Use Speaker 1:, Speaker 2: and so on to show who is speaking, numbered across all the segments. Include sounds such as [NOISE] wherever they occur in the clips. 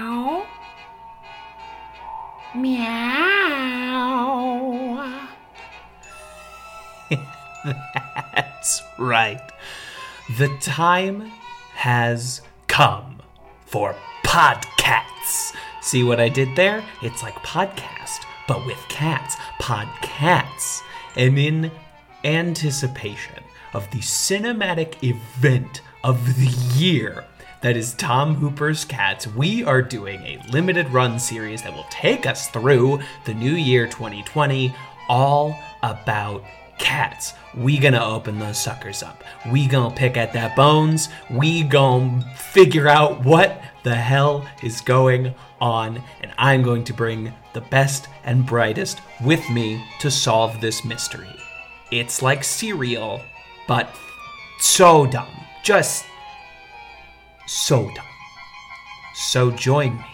Speaker 1: Oh,
Speaker 2: That's right. The time has come for podcasts. See what I did there? It's like podcast, but with cats. Podcasts. And in anticipation of the cinematic event of the year that is Tom Hooper's Cats, we are doing a limited run series that will take us through the new year 2020 all about cats. We gonna open those suckers up. We gonna pick at that bones. We gonna figure out what the hell is going on. And I'm going to bring the best and brightest with me to solve this mystery. It's like cereal, but so dumb. Just so dumb. So join me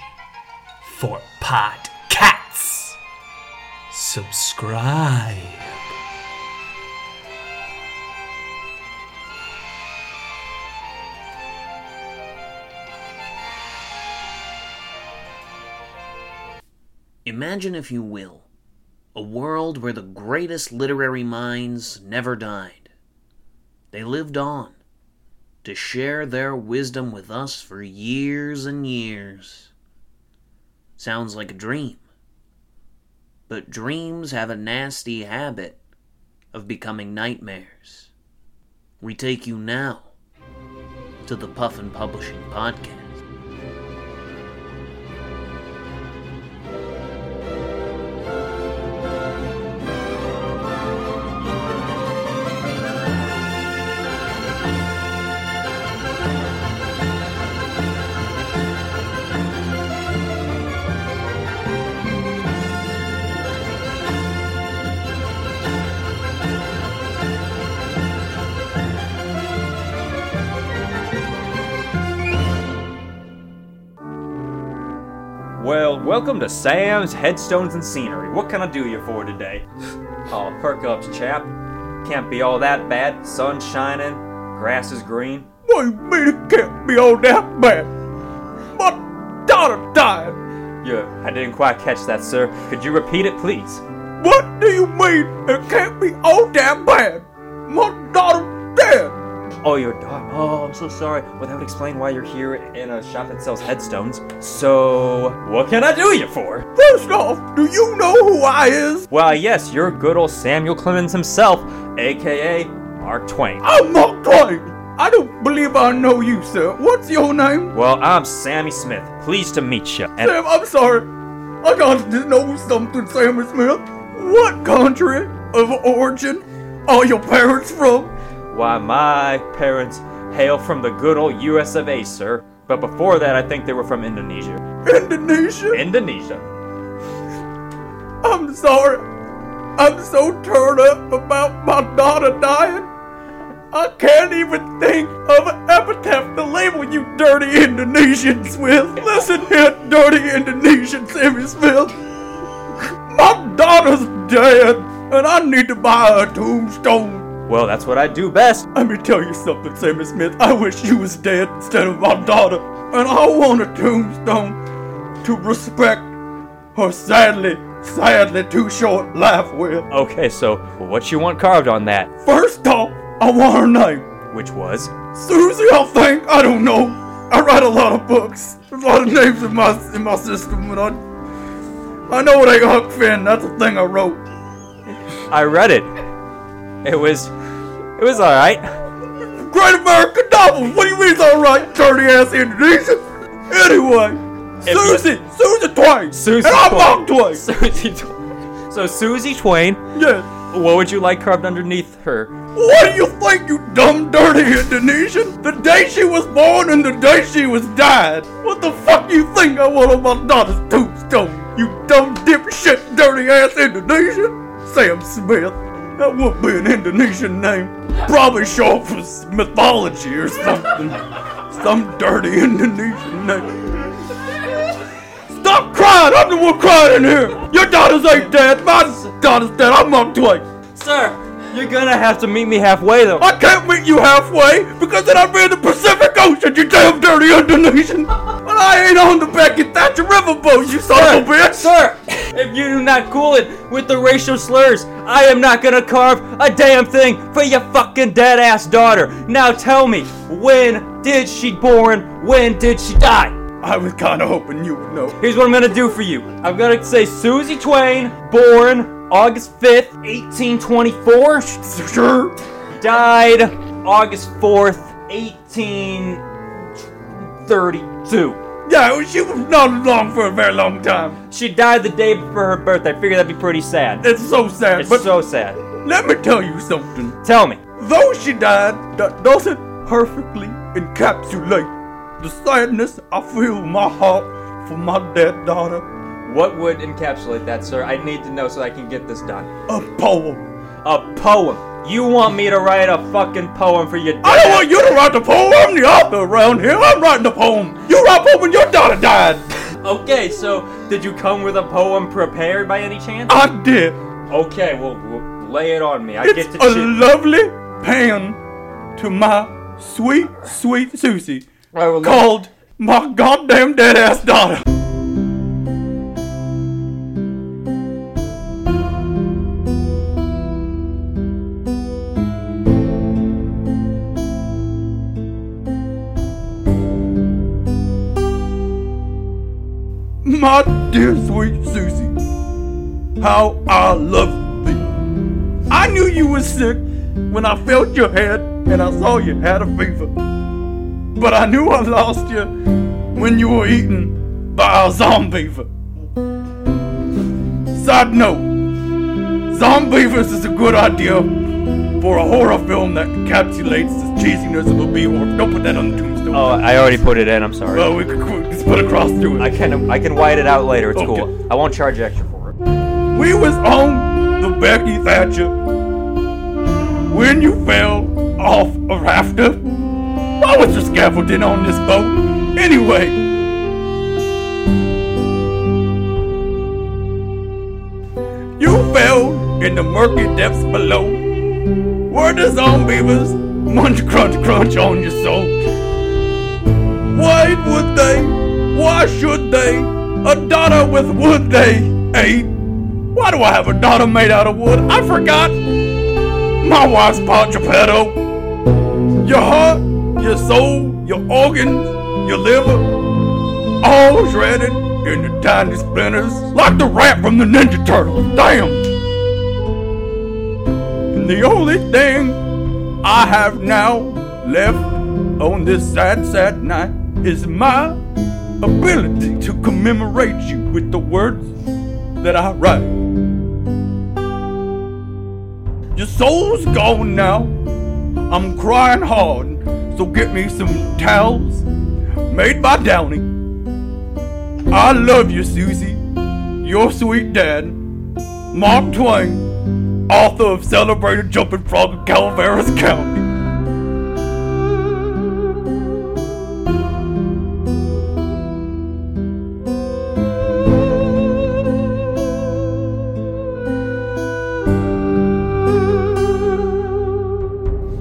Speaker 2: for Podcats. Subscribe.
Speaker 3: Imagine, if you will, a world where the greatest literary minds never died. They lived on to share their wisdom with us for years and years. Sounds like a dream. But dreams have a nasty habit of becoming nightmares. We take you now to the Puffin Publishing Podcast.
Speaker 4: Well, welcome to Sam's Headstones and Scenery. What can I do you for today? Oh, perk ups, chap. Can't be all that bad. Sun shining, grass is green. What do you mean it can't be all that bad? My daughter died. Yeah, I didn't quite catch that, sir. Could you repeat it, please? What do you mean it can't be all that bad? My daughter dead. Oh, your daughter. Oh, I'm so sorry. Well, that would explain why you're here in a shop that sells headstones. So, what can I do you for? First off, do you know who I is? Why, yes, you're good old Samuel Clemens himself, aka Mark Twain.
Speaker 5: I'm Mark Twain. I don't believe I know you, sir. What's your name?
Speaker 4: Well, I'm Sammy Smith. Pleased to meet you. And
Speaker 5: Sam, I'm sorry. I got to know something, Sam Smith. What country of origin are your parents from?
Speaker 4: why my parents hail from the good old US of A, sir. But before that, I think they were from Indonesia.
Speaker 5: Indonesia?
Speaker 4: Indonesia.
Speaker 5: I'm sorry. I'm so turned up about my daughter dying. I can't even think of an epitaph to label you dirty Indonesians with. Listen here, dirty Indonesian Sammy Smith. My daughter's dead, and I need to buy her a tombstone.
Speaker 4: Well, that's what I do best.
Speaker 5: Let me tell you something, Sammy Smith. I wish you was dead instead of my daughter. And I want a tombstone to respect her sadly, sadly too short life with.
Speaker 4: Okay, so what you want carved on that?
Speaker 5: First off, I want her name.
Speaker 4: Which was?
Speaker 5: Susie, I think. I don't know. I write a lot of books. There's a lot of names in my in my system, and I I know it ain't Huck Finn. That's the thing I wrote.
Speaker 4: I read it. It was. It was alright.
Speaker 5: Great American Novel. What do you mean it's all right, dirty ass Indonesian? Anyway,
Speaker 4: If-
Speaker 5: Susie, Susie Twain,
Speaker 4: Susie
Speaker 5: and I'm
Speaker 4: Twain. [LAUGHS]
Speaker 5: Mark Twain.
Speaker 4: Susie Twain. So, Susie Twain,
Speaker 5: Yes.
Speaker 4: what would you like carved underneath her?
Speaker 5: What do you think, you dumb, dirty Indonesian? The day she was born and the day she was died. What the fuck you think I want on my daughter's tombstone? You dumb dipshit, dirty ass Indonesian. Sam Smith. That would be an Indonesian name. Probably short for s- mythology or something. Some dirty Indonesian name. Stop crying! I'm the one crying in here! Your daughter's ain't dead! My daughter's dead! I'm Mark Twain!
Speaker 4: Sir, you're gonna have to meet me halfway, though.
Speaker 5: I can't meet you halfway because then I'd be in the Pacific Ocean, you damn dirty Indonesian! And I ain't on the Becky Thatcher River boat, you son of a bitch!
Speaker 4: Sir! If you do not cool it with the racial slurs, I am not gonna carve a damn thing for your fucking dead ass daughter. Now tell me, when did she born? When did she die?
Speaker 5: I was kind of hoping you would know.
Speaker 4: Here's what I'm gonna do for you. I'm gonna say Susie Twain, born August 5th, 1824,
Speaker 5: Sure.
Speaker 4: died August 4th, 1832.
Speaker 5: Yeah, well, she was not long for a very long time.
Speaker 4: She died the day before her birthday. I figured that'd be pretty sad.
Speaker 5: It's so sad.
Speaker 4: It's
Speaker 5: but
Speaker 4: so sad.
Speaker 5: let me tell you something.
Speaker 4: Tell me.
Speaker 5: Though she died, that doesn't perfectly encapsulate the sadness I feel in my heart for my dead daughter.
Speaker 4: What would encapsulate that, sir? I need to know so I can get this done.
Speaker 5: A poem.
Speaker 4: A poem. You want me to write a fucking poem for your dad?
Speaker 5: I don't want you to write the poem. I'm the author around here. I'm writing the poem. You write poem when your daughter died.
Speaker 4: Okay, so did you come with a poem prepared by any chance?
Speaker 5: I did.
Speaker 4: okay, well, well, lay it on me. I
Speaker 5: It's
Speaker 4: get
Speaker 5: a
Speaker 4: to choose.
Speaker 5: lovely pan to my sweet, sweet Susie
Speaker 4: I will-
Speaker 5: called my goddamn dead ass daughter. My dear sweet Susie, how I love thee. I knew you was sick when I felt your head and I saw you had a fever. But I knew I lost you when you were eaten by a zombie. Side note, zombievers is a good idea for a horror film that encapsulates the cheesiness of a B-horror. Don't put that on the tombstone.
Speaker 4: Oh, I already put it in. I'm sorry.
Speaker 5: well, we could qu- just put a cross through it.
Speaker 4: I can I can white it out later. It's
Speaker 5: Okay.
Speaker 4: cool. I won't charge extra for it.
Speaker 5: We was on the Becky Thatcher when you fell off a rafter. Why was the scaffolding on this boat anyway? You fell in the murky depths below, where the zombies munch crunch crunch on your soul. Why would they? Why should they? A daughter with would they? Hey, why do I have a daughter made out of wood? I forgot. My wife's part Geppetto. Your heart, your soul, your organs, your liver, all shredded into tiny splinters, like the rat from the Ninja Turtle. Damn. And the only thing I have now left on this sad, sad night is my ability to commemorate you with the words that I write. Your soul's gone now. I'm crying hard, so get me some towels made by Downey. I love you, Susie. Your sweet dad, Mark Twain, author of celebrated Jumping Frog of Calaveras County.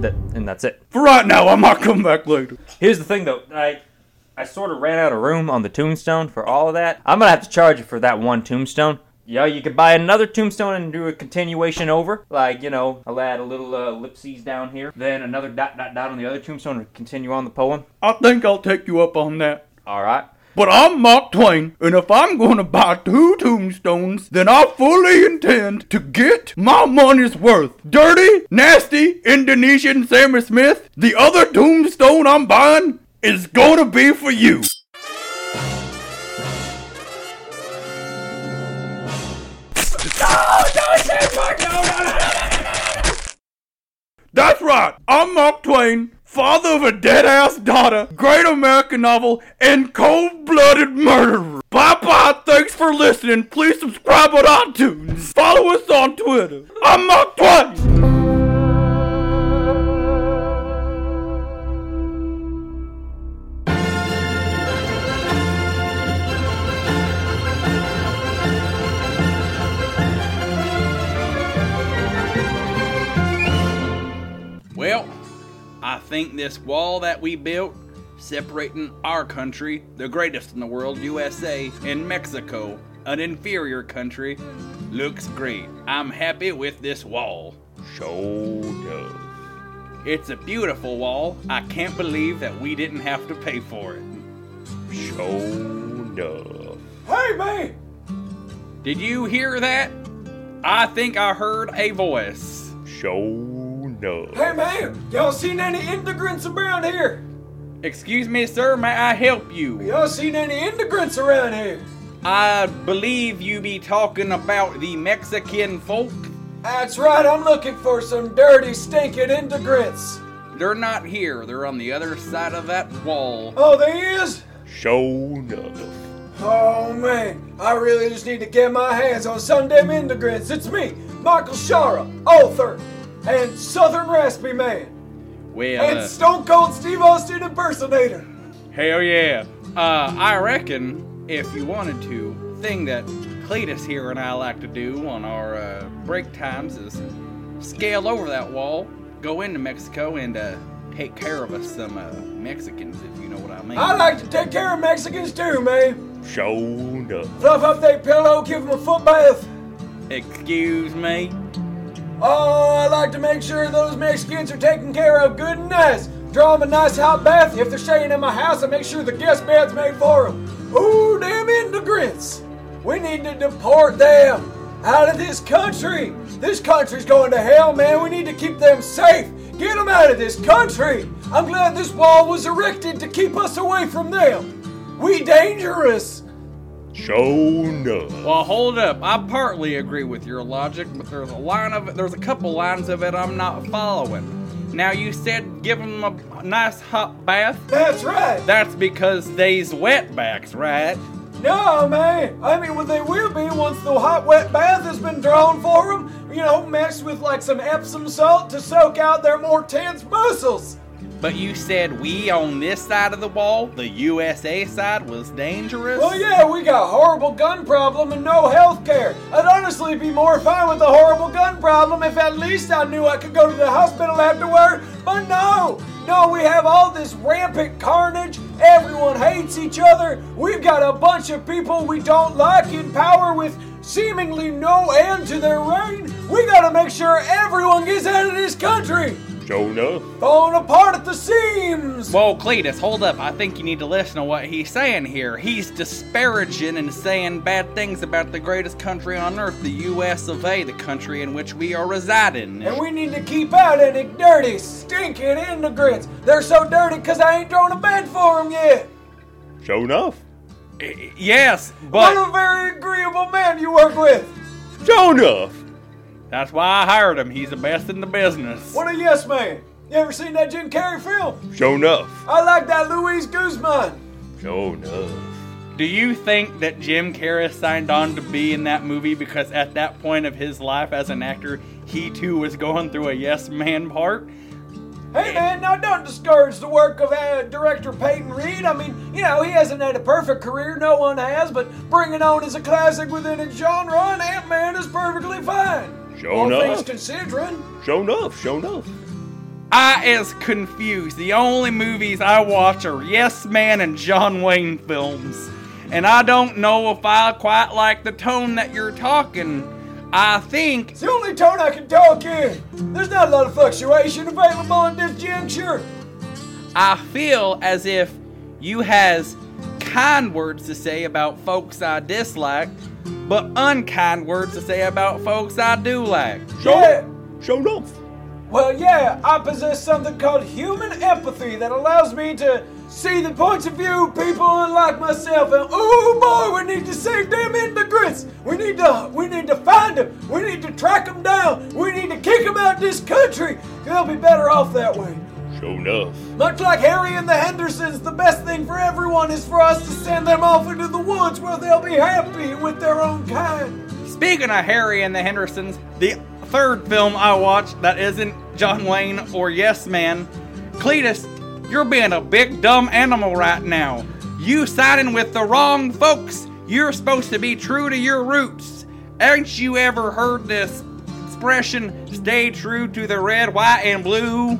Speaker 4: That, and that's it.
Speaker 5: For right now, I might come back later.
Speaker 4: Here's the thing though. I I sort of ran out of room on the tombstone for all of that. I'm gonna have to charge you for that one tombstone. Yeah, you could buy another tombstone and do a continuation over. Like, you know, I'll add a little uh, ellipses down here. Then another dot, dot, dot on the other tombstone to continue on the poem.
Speaker 5: I think I'll take you up on that.
Speaker 4: All right.
Speaker 5: But I'm Mark Twain, and if I'm gonna buy two tombstones, then I fully intend to get my money's worth. Dirty, nasty Indonesian Sammy Smith, the other tombstone I'm buying is gonna be for you. That's right. I'm Mark Twain, father of a dead ass daughter, great American novel, and cold blooded murderer. Bye bye. Thanks for listening. Please subscribe on iTunes. Follow us on Twitter. I'm Mark Twain.
Speaker 6: Well, I think this wall that we built, separating our country, the greatest in the world, USA, and Mexico, an inferior country, looks great. I'm happy with this wall. Show does. It's a beautiful wall. I can't believe that we didn't have to pay for it. Show enough.
Speaker 7: Hey, man!
Speaker 6: Did you hear that? I think I heard a voice.
Speaker 8: Show enough.
Speaker 7: Hey, man! Y'all seen any immigrants around here?
Speaker 6: Excuse me, sir, may I help you?
Speaker 7: Y'all seen any immigrants around here?
Speaker 6: I believe you be talking about the Mexican folk.
Speaker 7: That's right, I'm looking for some dirty, stinking immigrants.
Speaker 6: They're not here, they're on the other side of that wall.
Speaker 7: Oh, there is?
Speaker 8: Show enough.
Speaker 7: Oh, man. I really just need to get my hands on some damn immigrants. It's me, Michael Shara, author, and Southern Raspy Man,
Speaker 6: Well,
Speaker 7: and
Speaker 6: uh,
Speaker 7: Stone Cold Steve Austin impersonator.
Speaker 6: hell yeah. Uh, I reckon, if you wanted to, thing that Cletus here and I like to do on our uh, break times is scale over that wall, go into Mexico, and uh, take care of us some uh, Mexicans, if you know what I mean.
Speaker 7: I like to take care of Mexicans too, man.
Speaker 8: Show enough.
Speaker 7: Fluff up their pillow, give them a foot bath.
Speaker 6: Excuse me?
Speaker 7: Oh, I like to make sure those Mexicans are taken care of good and nice. Draw them a nice hot bath. If they're staying in my house, I make sure the guest bed's made for them. Ooh, damn immigrants. We need to deport them out of this country. This country's going to hell, man. We need to keep them safe. Get them out of this country. I'm glad this wall was erected to keep us away from them. We dangerous.
Speaker 8: Show enough.
Speaker 6: Well, hold up. I partly agree with your logic, but there's a line of it. There's a couple lines of it I'm not following. Now you said give them a nice hot bath.
Speaker 7: That's right.
Speaker 6: That's because they's wetbacks, right?
Speaker 7: No, man. I mean, what they will be once the hot, wet bath has been drawn for them, you know, mixed with like some Epsom salt to soak out their more tense muscles.
Speaker 6: But you said we on this side of the wall, the USA side, was dangerous.
Speaker 7: Well, yeah, we got horrible gun problem and no health care. I'd honestly be more fine with the horrible gun problem if at least I knew I could go to the hospital afterward. But no, no, we have all this rampant carnage. Everyone hates each other. We've got a bunch of people we don't like in power with seemingly no end to their reign. We gotta make sure everyone gets out of this country.
Speaker 8: Show enough.
Speaker 7: Falling apart at the seams.
Speaker 6: Whoa, Cletus, hold up. I think you need to listen to what he's saying here. He's disparaging and saying bad things about the greatest country on earth, the US of A, the country in which we are residing.
Speaker 7: And we need to keep out any dirty, stinking immigrants. They're so dirty because I ain't drawn a bed for them yet.
Speaker 8: Show enough.
Speaker 6: Yes,
Speaker 7: what
Speaker 6: eh, but
Speaker 7: a very agreeable man you work with.
Speaker 8: Show enough.
Speaker 6: that's why I hired him. He's the best in the business.
Speaker 7: What a yes man. You ever seen that Jim Carrey film?
Speaker 8: Show enough.
Speaker 7: I like that Luis Guzman.
Speaker 8: Show enough.
Speaker 6: Do you think that Jim Carrey signed on to be in that movie because at that point of his life as an actor, he too was going through a yes man part?
Speaker 7: Hey man, now don't discourage the work of uh, director Peyton Reed. I mean, you know, he hasn't had a perfect career, no one has, but Bring It On is a classic within its genre, and Ant Man is perfectly fine.
Speaker 8: Sure
Speaker 7: All
Speaker 8: enough.
Speaker 7: things considering.
Speaker 8: Show enough. Show enough.
Speaker 6: I is confused. The only movies I watch are Yes Man and John Wayne films. And I don't know if I quite like the tone that you're talking. I think
Speaker 7: It's the only tone I can talk in. There's not a lot of fluctuation available in this juncture.
Speaker 6: I feel as if you has kind words to say about folks I dislike, but unkind words to say about folks I do like.
Speaker 8: Show
Speaker 7: Yeah.
Speaker 8: Show enough.
Speaker 7: Well, yeah, I possess something called human empathy that allows me to see the points of view of people unlike myself. And oh boy, we need to save them immigrants. We need to, we need to find them. We need to track them down. We need to kick them out of this country. They'll be better off that way.
Speaker 8: Show enough.
Speaker 7: Much like Harry and the Hendersons, the best thing for everyone is for us to send them off into the woods where they'll be happy with their own kind.
Speaker 6: Speaking of Harry and the Hendersons, the third film I watched that isn't John Wayne or Yes Man, Cletus, you're being a big dumb animal right now. You siding with the wrong folks. You're supposed to be true to your roots. Ain't you ever heard this expression, stay true to the red, white, and blue?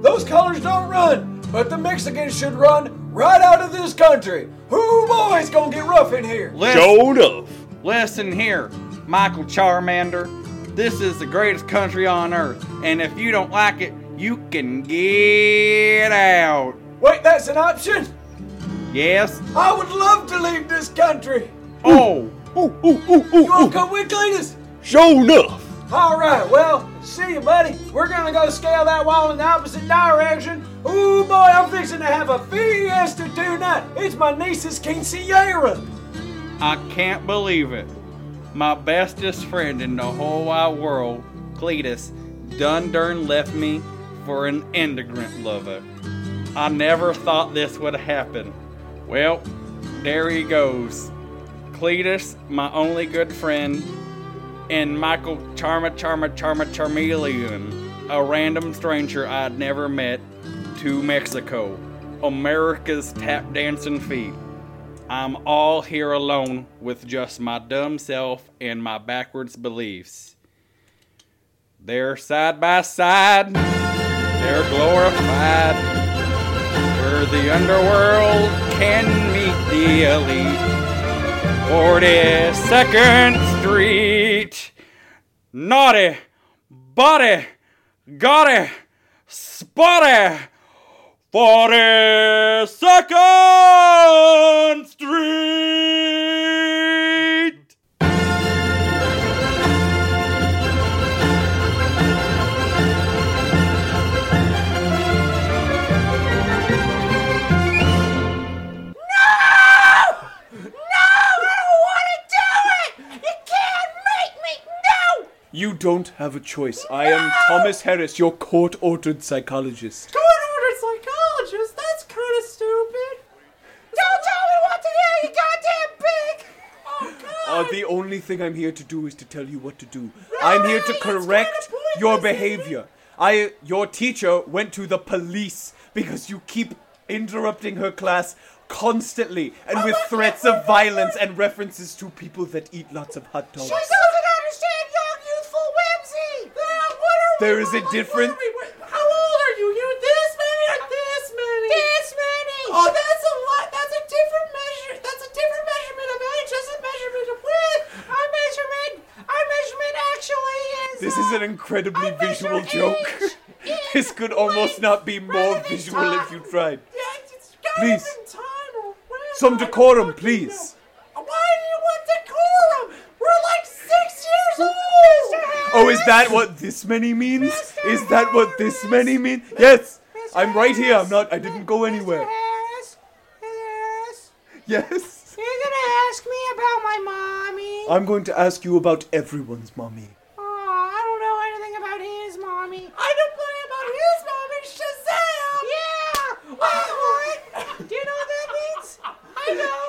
Speaker 7: Those colors don't run, but the Mexicans should run right out of this country.
Speaker 1: Who boy, it's gonna get rough in here?
Speaker 6: Listen,
Speaker 7: Show enough.
Speaker 6: listen here, Michael Charmander. This is the greatest country on earth, and if you don't like it, you can get out.
Speaker 1: Wait, that's Oh, an option?
Speaker 6: Yes.
Speaker 1: I would love to leave this country.
Speaker 6: Oh,
Speaker 7: Ooh, ooh, ooh,
Speaker 1: You wanna
Speaker 7: ooh, ooh.
Speaker 1: come with Cletus?
Speaker 7: Show enough.
Speaker 1: All right, well, see you, buddy. We're gonna go scale that wall in the opposite direction. Ooh, boy, I'm fixing to have a fiesta tonight. It's my niece's quinceañera.
Speaker 6: I can't believe it. My bestest friend in the whole wide world, Cletus, done darn left me for an immigrant lover. I never thought this would happen. Well, there he goes. Cletus, my only good friend, and Michael Charma Charma Charma Charmeleon, a random stranger I'd never met, to Mexico, America's tap dancing feet. I'm all here alone with just my dumb self and my backwards beliefs. They're side by side, they're glorified. Where the underworld can meet the elite. 42nd Street. Naughty, body, got it, spotty. 42nd Street!
Speaker 1: You
Speaker 9: don't have a choice. I am Thomas Harris, your court ordered psychologist.
Speaker 1: Court ordered psychologist? That's kind of stupid. Don't tell me what to do, you goddamn pig! Oh, God!
Speaker 9: Uh, the only thing I'm here to do is to tell you what to do. I'm here to
Speaker 1: it's
Speaker 9: correct
Speaker 1: kinda pointless,
Speaker 9: your
Speaker 1: isn't it?
Speaker 9: behavior. I, your teacher went to the police because you keep interrupting her class constantly and with threats of violence and references to people that eat lots of hot dogs.
Speaker 1: doesn't understand young youthful whimsy! Now, what are
Speaker 9: There is a different-
Speaker 1: How old are you? You this many or this many? This many! Oh, that's a lot. That's a different measure. That's a different measurement of age. That's a measurement of width. Our measurement, our measurement actually is.
Speaker 9: This
Speaker 1: uh,
Speaker 9: is an incredibly
Speaker 1: I measure
Speaker 9: visual
Speaker 1: age
Speaker 9: joke. [LAUGHS]
Speaker 1: in
Speaker 9: This could almost
Speaker 1: weight
Speaker 9: not be more
Speaker 1: rather than
Speaker 9: visual if you
Speaker 1: time.
Speaker 9: tried.
Speaker 1: Yeah, it's- it's gotta
Speaker 9: Please.
Speaker 1: be time or whatever.
Speaker 9: Some
Speaker 1: I don't
Speaker 9: decorum,
Speaker 1: fucking
Speaker 9: please.
Speaker 1: know. Why do you want decorum? We're like six years old.
Speaker 9: Oh, is that what this many means?
Speaker 1: Mr.
Speaker 9: Is that what this many mean? Yes. I'm right here. I'm not. I didn't go anywhere.
Speaker 1: Harris, Harris,
Speaker 9: Yes.
Speaker 1: you're gonna ask me about my mommy.
Speaker 9: I'm going to ask you about everyone's mommy.
Speaker 1: Aw, I don't know anything about his mommy. I don't know about his mommy, Shazam! Yeah! Oh, what? [LAUGHS] Do you know what that means? I know.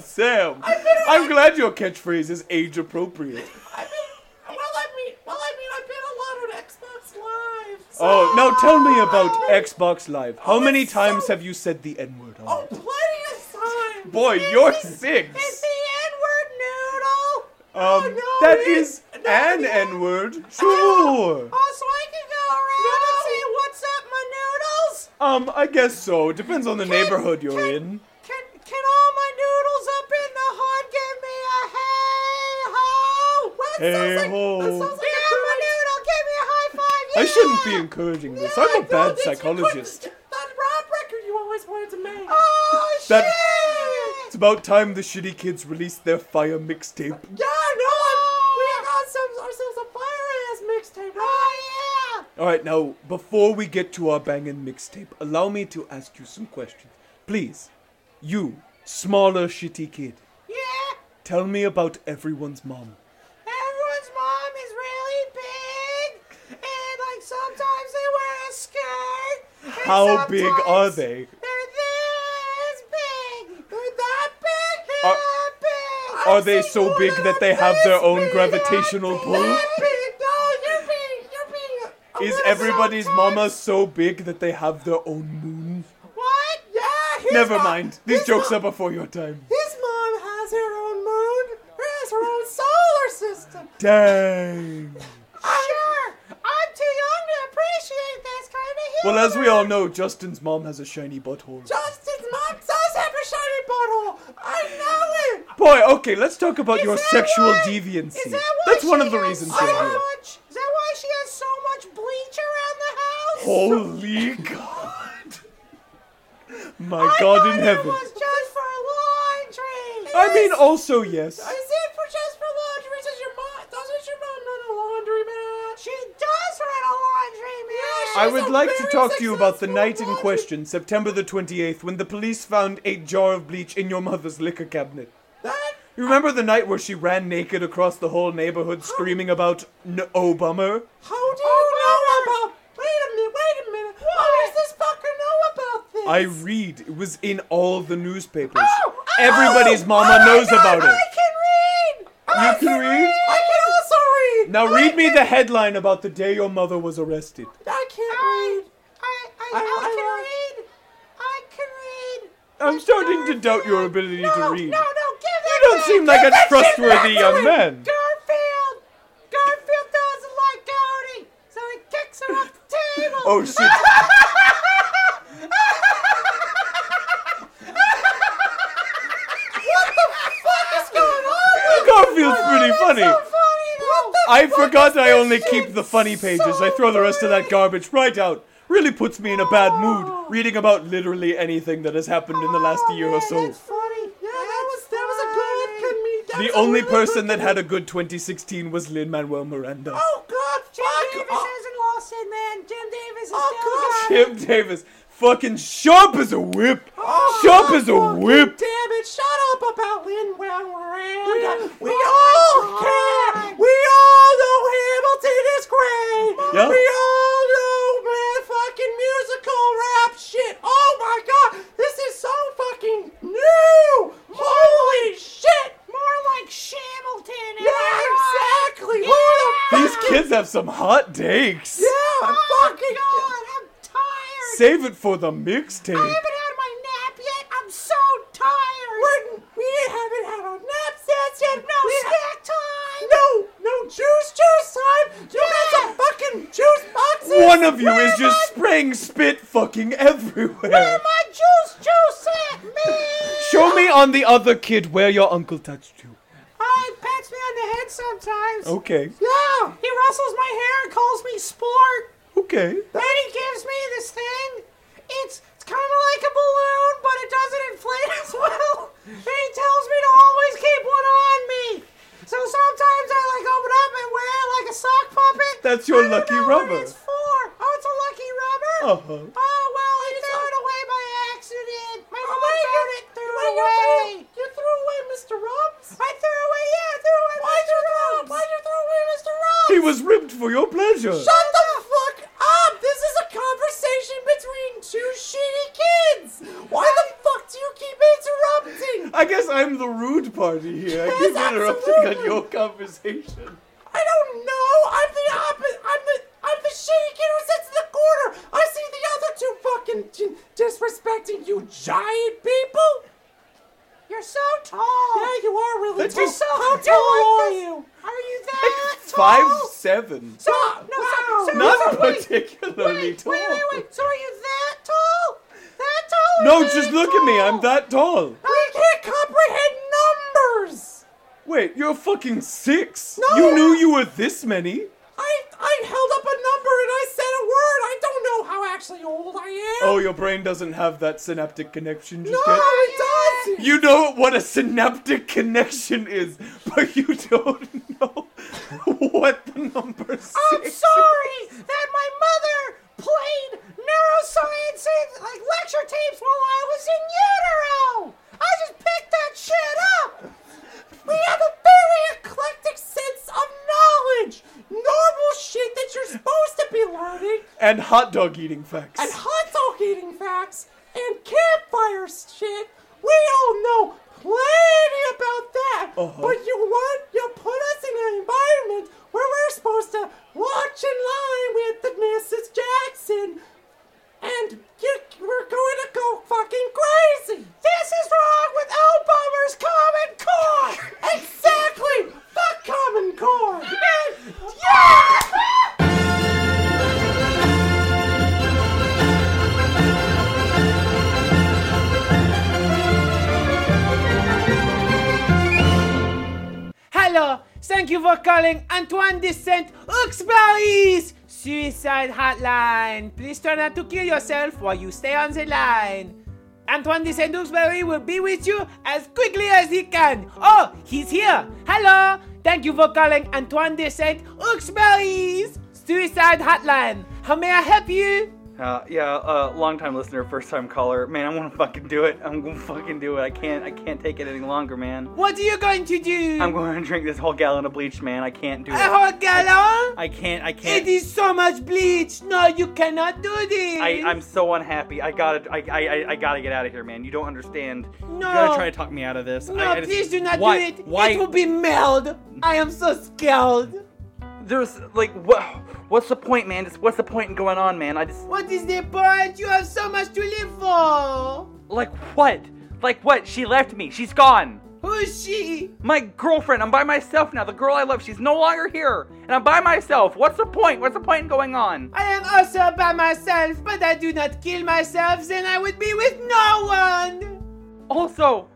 Speaker 9: Shazam! I'm glad your catchphrase is age appropriate.
Speaker 1: I've been, well, I mean, well, I mean, I've been a lot on Xbox Live. so-
Speaker 9: Oh, now tell me about Xbox Live. How many
Speaker 1: it's
Speaker 9: times
Speaker 1: so-
Speaker 9: have you said the N word on
Speaker 1: Oh,
Speaker 9: it?
Speaker 1: plenty of time.
Speaker 9: Boy,
Speaker 1: Is
Speaker 9: you're
Speaker 1: the-
Speaker 9: six.
Speaker 1: Is the N-word noodle?
Speaker 9: Um,
Speaker 1: Oh, no,
Speaker 9: that
Speaker 1: it-
Speaker 9: is
Speaker 1: no,
Speaker 9: an
Speaker 1: it-
Speaker 9: N word. Sure.
Speaker 1: Also, Oh, I can go around and say, "What's up, my noodles?"
Speaker 9: Um, I guess so. Depends on the neighborhood you're in.
Speaker 1: Can can all my noodles up in the hood give me a hey ho? Well, that sounds like,
Speaker 9: Hey-ho.
Speaker 1: That sounds like yeah, my noodle, give me a high five. Yeah.
Speaker 9: I shouldn't be encouraging this. I'm a
Speaker 1: Yeah, no,
Speaker 9: bad
Speaker 1: that's your
Speaker 9: psychologist.
Speaker 1: quickest- That rap record you always wanted to make. [LAUGHS] Oh
Speaker 9: That-
Speaker 1: shit!
Speaker 9: It's about time the shitty kids released their fire mixtape.
Speaker 1: Yeah, I know. I'm, we got some, ourselves a fire ass mixtape. Oh yeah.
Speaker 9: All right, now before we get to our bangin' mixtape, allow me to ask you some questions, please. You, smaller shitty kid,
Speaker 1: Yeah.
Speaker 9: tell me about everyone's mom.
Speaker 1: Everyone's mom is really big, and like sometimes they wear a skirt. and
Speaker 9: How big are
Speaker 1: sometimes
Speaker 9: they?
Speaker 1: They're this big. They're that big. They're
Speaker 9: Are-
Speaker 1: that big.
Speaker 9: Are
Speaker 1: I've
Speaker 9: they
Speaker 1: seen
Speaker 9: so
Speaker 1: one
Speaker 9: big
Speaker 1: that
Speaker 9: that
Speaker 1: are
Speaker 9: they have
Speaker 1: this
Speaker 9: their own
Speaker 1: big,
Speaker 9: gravitational
Speaker 1: that
Speaker 9: pull?
Speaker 1: big. No, you're being, you're being. a
Speaker 9: Is
Speaker 1: little
Speaker 9: everybody's
Speaker 1: sometimes-
Speaker 9: mama so big that they have their own moon?
Speaker 1: What? Yeah. his
Speaker 9: Never
Speaker 1: mom-
Speaker 9: mind. These
Speaker 1: his
Speaker 9: jokes
Speaker 1: mom-
Speaker 9: are before your time.
Speaker 1: His mom has her own moon. Has her own solar system.
Speaker 9: Dang.
Speaker 1: Sure, I'm too young to appreciate this kind of humor.
Speaker 9: Well, as we all know, Justin's mom has a shiny butthole.
Speaker 1: Justin's mom does have a shiny bottle.
Speaker 9: boy, okay, let's talk about your
Speaker 1: that
Speaker 9: sexual
Speaker 1: why-
Speaker 9: deviancy.
Speaker 1: Is that why
Speaker 9: That's one
Speaker 1: she
Speaker 9: of the
Speaker 1: has
Speaker 9: reasons
Speaker 1: so
Speaker 9: you're here.
Speaker 1: Much, is that why she has so much bleach around the house?
Speaker 9: Holy
Speaker 1: [LAUGHS]
Speaker 9: God! My
Speaker 1: I
Speaker 9: God
Speaker 1: thought
Speaker 9: in
Speaker 1: it
Speaker 9: heaven.
Speaker 1: was just for laundry.
Speaker 9: I mean,
Speaker 1: Is-
Speaker 9: also yes.
Speaker 1: Is it for just for laundry? Does your mom? Doesn't your mom run a laundromat? She does run a laundromat. Yeah,
Speaker 9: I
Speaker 1: she's
Speaker 9: would
Speaker 1: a
Speaker 9: like to
Speaker 1: very
Speaker 9: talk to you about the
Speaker 1: successful
Speaker 9: night in
Speaker 1: laundry-
Speaker 9: question, September the 28th, when the police found a jar of bleach in your mother's liquor cabinet.
Speaker 1: That
Speaker 9: You remember the night where she ran naked across the whole neighborhood screaming about n- oh bummer?
Speaker 1: How do you know about? Wait a minute. Wait a minute. What, does this fucker know about this?
Speaker 9: I read. It was in all the newspapers.
Speaker 1: Oh, oh,
Speaker 9: Everybody's mama
Speaker 1: oh my
Speaker 9: knows
Speaker 1: God,
Speaker 9: about it.
Speaker 1: I can read. I
Speaker 9: You can read?
Speaker 1: I can also read.
Speaker 9: Now
Speaker 1: I
Speaker 9: read me
Speaker 1: can-
Speaker 9: the headline about the day your mother was arrested.
Speaker 1: I can't read. I I, I,
Speaker 9: I
Speaker 1: can
Speaker 9: like-
Speaker 1: read. I can read.
Speaker 9: I'm
Speaker 1: But
Speaker 9: starting to
Speaker 1: Dorothy,
Speaker 9: doubt your
Speaker 1: I-
Speaker 9: ability
Speaker 1: no,
Speaker 9: to read.
Speaker 1: No, no, give
Speaker 9: You
Speaker 1: it
Speaker 9: don't
Speaker 1: back.
Speaker 9: seem like
Speaker 1: Give
Speaker 9: a
Speaker 1: that shit
Speaker 9: trustworthy
Speaker 1: back to
Speaker 9: young
Speaker 1: him.
Speaker 9: man.
Speaker 1: Garfield. Garfield doesn't like Dodie, so he kicks her off the table. [LAUGHS]
Speaker 9: Oh shit.
Speaker 1: What the fuck is going on? with-
Speaker 9: Garfield's pretty
Speaker 1: Oh, That's
Speaker 9: funny.
Speaker 1: So funny though.
Speaker 9: I forgot I only
Speaker 1: shit
Speaker 9: keep the funny pages.
Speaker 1: so
Speaker 9: I throw the rest of that garbage right out. Really puts me in a bad mood reading about literally anything that has happened in the last
Speaker 1: Oh,
Speaker 9: year or
Speaker 1: man,
Speaker 9: so.
Speaker 1: That's funny. Yeah, that was that was a good comedian.
Speaker 9: The only person that had a good 2016 was Lin Manuel Miranda.
Speaker 1: Oh God! uh, Jim Davis hasn't lost it, man. Jim Davis is oh, still God.
Speaker 9: Jim Davis, fucking sharp as a whip.
Speaker 1: Oh,
Speaker 9: Sharp as a
Speaker 1: fucking
Speaker 9: whip.
Speaker 1: Damn it! Shut up about Lin Miranda. We all care. We all know Hamilton is great.
Speaker 9: Yeah.
Speaker 1: We all know man, fucking musical rap shit. Oh my God! This is so fucking new. Holy shit! More like Shamilton. Yeah, exactly. Who the
Speaker 9: These
Speaker 1: fuck-
Speaker 9: kids have some hot takes.
Speaker 1: Yeah, I'm fucking God, I'm tired.
Speaker 9: Save it for the
Speaker 1: I
Speaker 9: mixtape.
Speaker 1: haven't had my nap yet. I'm so tired. We're, we haven't had our naps yet. yet. No snack time. No, no juice, juice time. You got some fucking juice boxes.
Speaker 9: One of you
Speaker 1: Where
Speaker 9: is
Speaker 1: am
Speaker 9: just
Speaker 1: I-
Speaker 9: spraying spit fucking [LAUGHS]
Speaker 1: Where
Speaker 9: everywhere.
Speaker 1: am I juice, juice at, man?
Speaker 9: Show me on the other kid where your uncle touched you.
Speaker 1: Oh, he pats me on the head sometimes.
Speaker 9: Okay.
Speaker 1: Yeah, he rustles my hair and calls me sport.
Speaker 9: Okay.
Speaker 1: Then he gives me this thing. It's it's kind of like a balloon, but it doesn't inflate [LAUGHS] as well. And he tells me to always keep one on me. So sometimes I like open up and wear it like a sock puppet.
Speaker 9: That's your
Speaker 1: I don't
Speaker 9: lucky
Speaker 1: know
Speaker 9: rubber.
Speaker 1: What it's for? Oh, it's a lucky rubber.
Speaker 9: Uh-huh.
Speaker 1: Oh well, he threw it away by accident. Oh My mama found it, threw it away. You threw away Mr. Rumps? I threw away, yeah, I threw away. Why'd you throw? Why'd you throw away Mr. Rumps?
Speaker 9: He was ripped for your pleasure.
Speaker 1: Shut the fuck up! This is a conversation between two shitty kids! Why the fuck do you keep interrupting?
Speaker 9: I guess I'm the rude party here. I keep
Speaker 1: Yes,
Speaker 9: interrupting on
Speaker 1: absolutely.
Speaker 9: your conversation.
Speaker 1: I don't know! I'm the opposite! I'm the I'm the shitty kid who sits in the corner! I see the other two fucking d- disrespecting you giant people! You're so tall! Yeah, you are really
Speaker 9: That's
Speaker 1: tall!
Speaker 9: just-
Speaker 1: so how tall are you? Are you that tall?
Speaker 9: Five seven.
Speaker 1: So, no, so, so,
Speaker 9: Not
Speaker 1: so wait.
Speaker 9: particularly
Speaker 1: wait,
Speaker 9: tall.
Speaker 1: Wait, wait, wait. So are you that tall? That tall? or
Speaker 9: No,
Speaker 1: that
Speaker 9: just look at me. I'm
Speaker 1: tall?
Speaker 9: that tall.
Speaker 1: I can't comprehend numbers.
Speaker 9: Wait, you're fucking six.
Speaker 1: No.
Speaker 9: You knew you were this many.
Speaker 1: I I held up a number and I said a word. I don't know how actually old I am.
Speaker 9: Oh, your brain doesn't have that synaptic connection just
Speaker 1: no,
Speaker 9: yet.
Speaker 1: it
Speaker 9: [LAUGHS]
Speaker 1: doesn't.
Speaker 9: You know what a synaptic connection is, but you don't know [LAUGHS] what the number six.
Speaker 1: I'm sorry that my mother played neuroscience and like lecture tapes while I was in utero. I just picked that shit up. We have a very eclectic sense of knowledge. Normal shit that you're supposed to be learning,
Speaker 9: And hot dog eating facts.
Speaker 1: and hot dog eating facts, and campfire shit. We all know plenty about that.
Speaker 9: Uh-huh.
Speaker 1: But you want you put us in an environment where we're supposed to watch in line with the Mrs. Jackson, and you, we're going to go fucking crazy. This is wrong with L Bummer's Common Core.
Speaker 9: [LAUGHS]
Speaker 1: exactly. Fuck Common Core. And yeah.
Speaker 10: Thank
Speaker 11: you for calling Antoine de Saint Uxbury's suicide hotline. Please try not to kill yourself while you stay on the line. Antoine de Saint Uxbury will be with you as quickly as he can. Oh, he's here. Hello. Thank you for calling Antoine de Saint Uxbury's suicide hotline. How may I help you?
Speaker 6: Uh, yeah, uh, long time listener, first time caller. Man, I want to fucking do it. I'm gonna fucking do it. I can't. I can't take it any longer, man.
Speaker 11: What are you going to do?
Speaker 6: I'm going to [LAUGHS] drink this whole gallon of bleach, man. I can't do it.
Speaker 11: a whole gallon?
Speaker 6: I can't. I
Speaker 11: It
Speaker 6: can't.
Speaker 11: is so much bleach. No, you cannot do this.
Speaker 6: I, I'm so unhappy. I gotta. I, I. I- I gotta get out of here, man. You don't understand. You
Speaker 11: No.
Speaker 6: gotta try to talk me out of this. I-
Speaker 11: No,
Speaker 6: I just-
Speaker 11: please do not
Speaker 6: why,
Speaker 11: do it.
Speaker 6: Why?
Speaker 11: It will be mailed. I am so scared.
Speaker 6: There's like what? What's the point, man? Just what's the point in going on, man? I just
Speaker 11: What is the point? You have so much to live for.
Speaker 6: like what? Like what? She left me. She's gone.
Speaker 11: Who is she?
Speaker 6: My girlfriend. I'm by myself now. The girl I love. She's no longer here, and I'm by myself. What's the point? What's the point in going on?
Speaker 11: I am also by myself, but I do not kill myself, then I would be with no one.
Speaker 6: Also,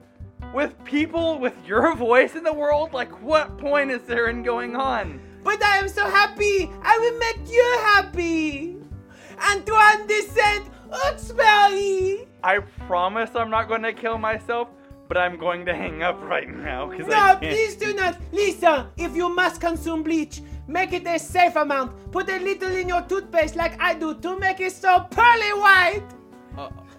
Speaker 6: with people with your voice in the world, like what point is there in going on?
Speaker 11: But I am so happy. I will make you happy. Antoine de Saint Uxbury.
Speaker 6: I promise I'm not going to kill myself, but I'm going to hang up right now because I [LAUGHS]
Speaker 11: No,
Speaker 6: can't.
Speaker 11: please do not. Listen, if you must consume bleach, make it a safe amount. Put a little in your toothpaste like I do to make it so pearly white.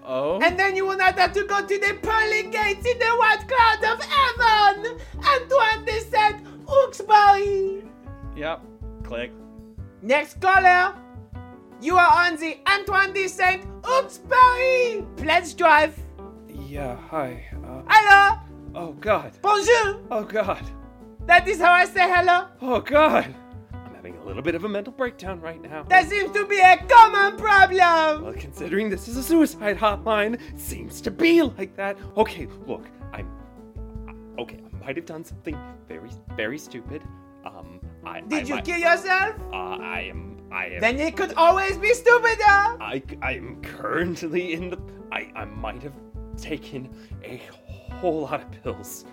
Speaker 6: Oh.
Speaker 11: And then you will not have to go to the pearly gates in the white cloud of heaven. Antoine de Saint Uxbury.
Speaker 6: Yep. Click.
Speaker 11: Next caller. You are on the Antoine de Saint Uxbury pledge drive.
Speaker 12: Yeah, hi. Uh,
Speaker 11: Hello.
Speaker 12: oh god.
Speaker 11: Bonjour.
Speaker 12: Oh god.
Speaker 11: That is how I say hello.
Speaker 12: Oh god. I'm having a little bit of a mental breakdown right now.
Speaker 11: That seems to be a common problem.
Speaker 12: Well, considering this is a suicide hotline, it seems to be like that. Okay, look, I'm. Okay, I might have done something very, very stupid. Um, I. I
Speaker 11: Did you
Speaker 12: might-
Speaker 11: kill yourself?
Speaker 12: Uh, I am. I am.
Speaker 11: Then it could always be stupider.
Speaker 12: I. I am currently in the. I. I might have taken a whole lot of pills.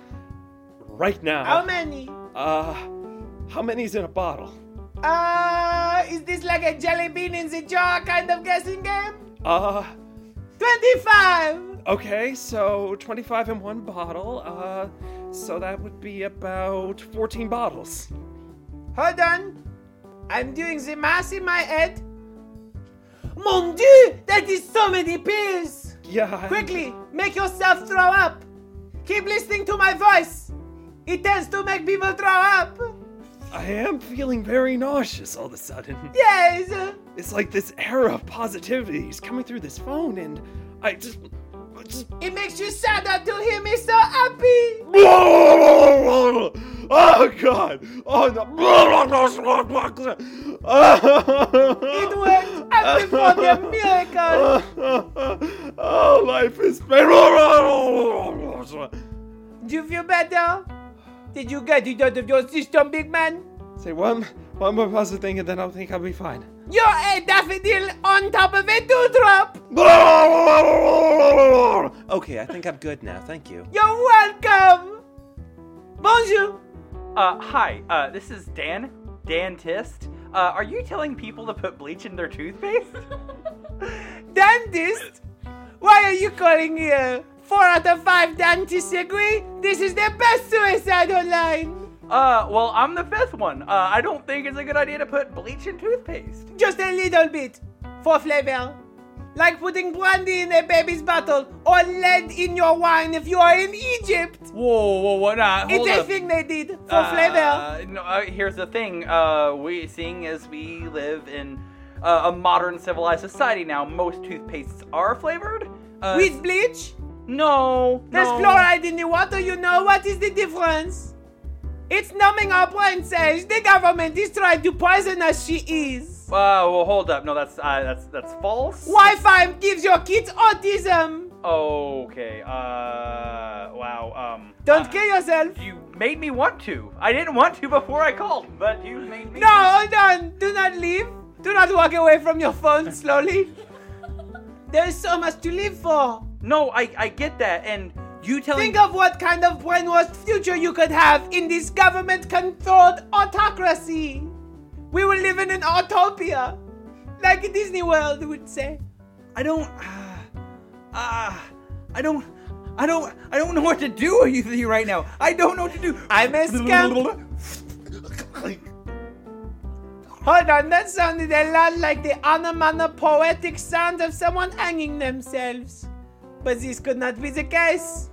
Speaker 12: Right now.
Speaker 11: How many?
Speaker 12: uh, how many's in a bottle?
Speaker 11: Uh, is this like a jelly bean in the jar kind of guessing game?
Speaker 12: Uh,
Speaker 11: 25.
Speaker 12: okay, so 25 in one bottle. Uh, so that would be about 14 bottles.
Speaker 11: Hold on. I'm doing the math in my head. Mon dieu, that is so many pills.
Speaker 12: Yeah.
Speaker 11: Quickly, make yourself throw up. Keep listening to my voice. It tends to make people throw up.
Speaker 12: I am feeling very nauseous all of a sudden.
Speaker 11: Yes.
Speaker 12: It's like this era of positivity is coming through this phone, and I just. [LAUGHS] I just
Speaker 11: It makes you sadder to hear me so happy.
Speaker 12: Oh god! Oh no!
Speaker 9: Oh,
Speaker 11: It worked. I'm performing a miracle.
Speaker 12: [LAUGHS] Uh. Oh, life is [LAUGHS] better.
Speaker 11: Do you feel better? Did you get it out of your system, big man?
Speaker 12: Say one, one more positive thing, and then I'll think I'll be fine.
Speaker 11: You're a daffodil on top of a dewdrop.
Speaker 12: [LAUGHS] Okay, I think I'm good now. Thank you.
Speaker 11: You're welcome. Bonjour.
Speaker 6: Uh, hi. Uh, this is Dan. Dan Tist. Uh, are you telling people to put bleach in
Speaker 11: [LAUGHS]
Speaker 6: their toothpaste?
Speaker 11: Dentist? Why are you calling here? Four out of five dentists agree this is the best suicide online.
Speaker 6: uh, well, I'm the fifth one. Uh, I don't think it's a good idea to put bleach in toothpaste.
Speaker 11: Just a little bit. For flavor. Like putting brandy in a baby's bottle or lead in your wine if you are in Egypt.
Speaker 6: Whoa, whoa, what? Uh,
Speaker 11: It's a thing they did for flavor.
Speaker 6: Uh, no, uh, here's the thing. Uh, we seeing as we live in uh, a modern civilized society now, most toothpastes are flavored. Uh,
Speaker 11: With bleach?
Speaker 6: no,
Speaker 11: There's
Speaker 6: no.
Speaker 11: fluoride in the water, you know. What is the difference? It's numbing our brain cells. The government is trying to poison us, she is.
Speaker 6: Uh, well, hold up. No, that's uh, that's that's false.
Speaker 11: Wi Fi gives your kids autism.
Speaker 6: Okay. Uh, wow. Um,
Speaker 11: Don't
Speaker 6: uh,
Speaker 11: kill yourself.
Speaker 6: You made me want to. I didn't want to before I called, but you made me.
Speaker 11: No, hold on. Do not leave. Do not walk away from your phone slowly. There is so much to live for.
Speaker 6: No, I, I get that, and
Speaker 13: You telling
Speaker 11: Think of what kind of brainwashed future you could have in this government controlled autocracy. We will live in an utopia, like Disney World would say.
Speaker 6: I don't. Ah, ah, I don't. I don't. I don't know what to do with you right now. I don't know what to do.
Speaker 11: I'm a scamp. Hold on, that sounded a lot like the onomatopoetic sound of someone hanging themselves. But this could not be the case.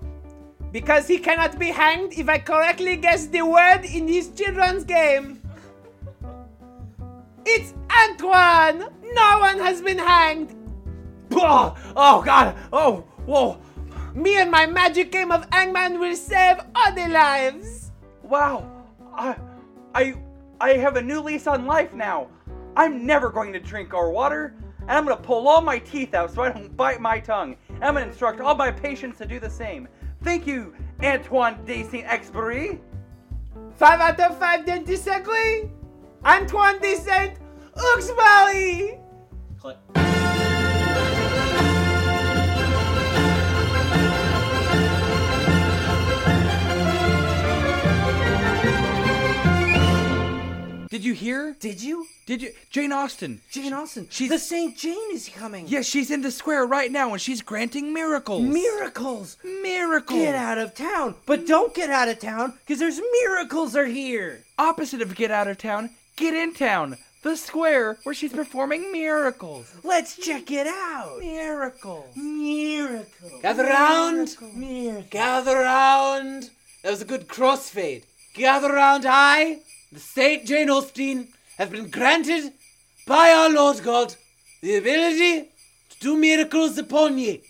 Speaker 11: Because he cannot be hanged if I correctly guess the word in his children's game. It's Antoine! No one has been hanged!
Speaker 6: Oh, oh God. Oh, whoa.
Speaker 11: Me and my magic game of Hangman will save other lives!
Speaker 6: Wow. I, I, I have a new lease on life now. I'm never going to drink our water, and I'm gonna pull all my teeth out so I don't bite my tongue. And I'm gonna instruct all my patients to do the same. Thank you, Antoine de Saint Exupery.
Speaker 11: Five out of five don't disagree! Antoine de Saint Uxbury!
Speaker 6: Did you hear?
Speaker 14: Did you?
Speaker 6: Did you? Jane Austen.
Speaker 14: Jane Austen.
Speaker 6: she's-
Speaker 14: the Saint Jane is coming.
Speaker 6: Yes, she's in the square right now, and she's granting miracles.
Speaker 14: Miracles.
Speaker 6: miracles.
Speaker 14: Get out of town, but don't get out of town, because there's miracles are here.
Speaker 6: Opposite of get out of town, get in town. The square where she's performing miracles.
Speaker 14: Let's check it out.
Speaker 6: Miracles.
Speaker 14: Miracle.
Speaker 15: Gather round. Gather round. That was a good crossfade. Gather round. I, the Saint Jane Austen, have been granted by our Lord God the ability to do miracles upon ye.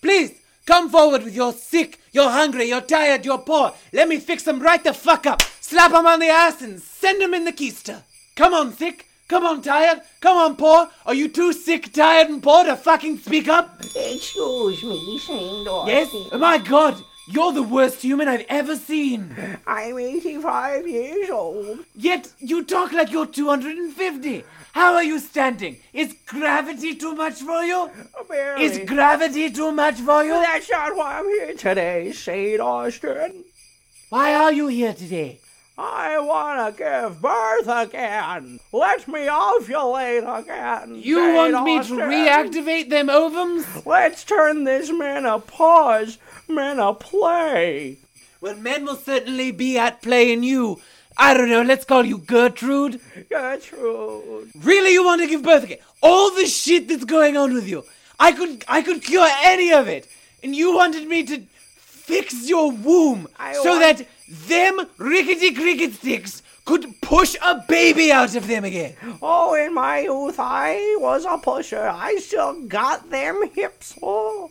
Speaker 15: Please come forward with your sick, you're hungry, you're tired, you're poor. Let me fix them right the fuck up. Slap 'em on the ass and send 'em in the keister. Come on, sick. Come on, tired. Come on, poor. Are you too sick, tired, and poor to fucking speak up?
Speaker 1: Excuse me, Saint
Speaker 15: Yes? Oh
Speaker 1: Austin.
Speaker 15: My god, you're the worst human I've ever seen.
Speaker 1: I'm 85 years old.
Speaker 15: Yet you talk like you're 250. How are you standing? Is gravity too much for you?
Speaker 1: Apparently.
Speaker 15: Is gravity too much for you?
Speaker 1: That's not why I'm here today, Saint Austin.
Speaker 15: Why are you here today?
Speaker 1: I wanna give birth again. Let me ovulate again.
Speaker 15: You
Speaker 1: Saint
Speaker 15: want me
Speaker 1: Austin.
Speaker 15: to reactivate them ovums?
Speaker 1: Let's turn this menopause a play.
Speaker 15: Well, men will certainly be at play in you. I don't know, let's call you Gertrude.
Speaker 1: Gertrude.
Speaker 15: Really, you want to give birth again? All the shit that's going on with you, I could, I could cure any of it, and you wanted me to fix your womb
Speaker 1: I
Speaker 15: so
Speaker 1: want-
Speaker 15: that them rickety cricket sticks could push a baby out of them again.
Speaker 1: Oh, in my youth, I was a pusher. I still got them hips. Oh,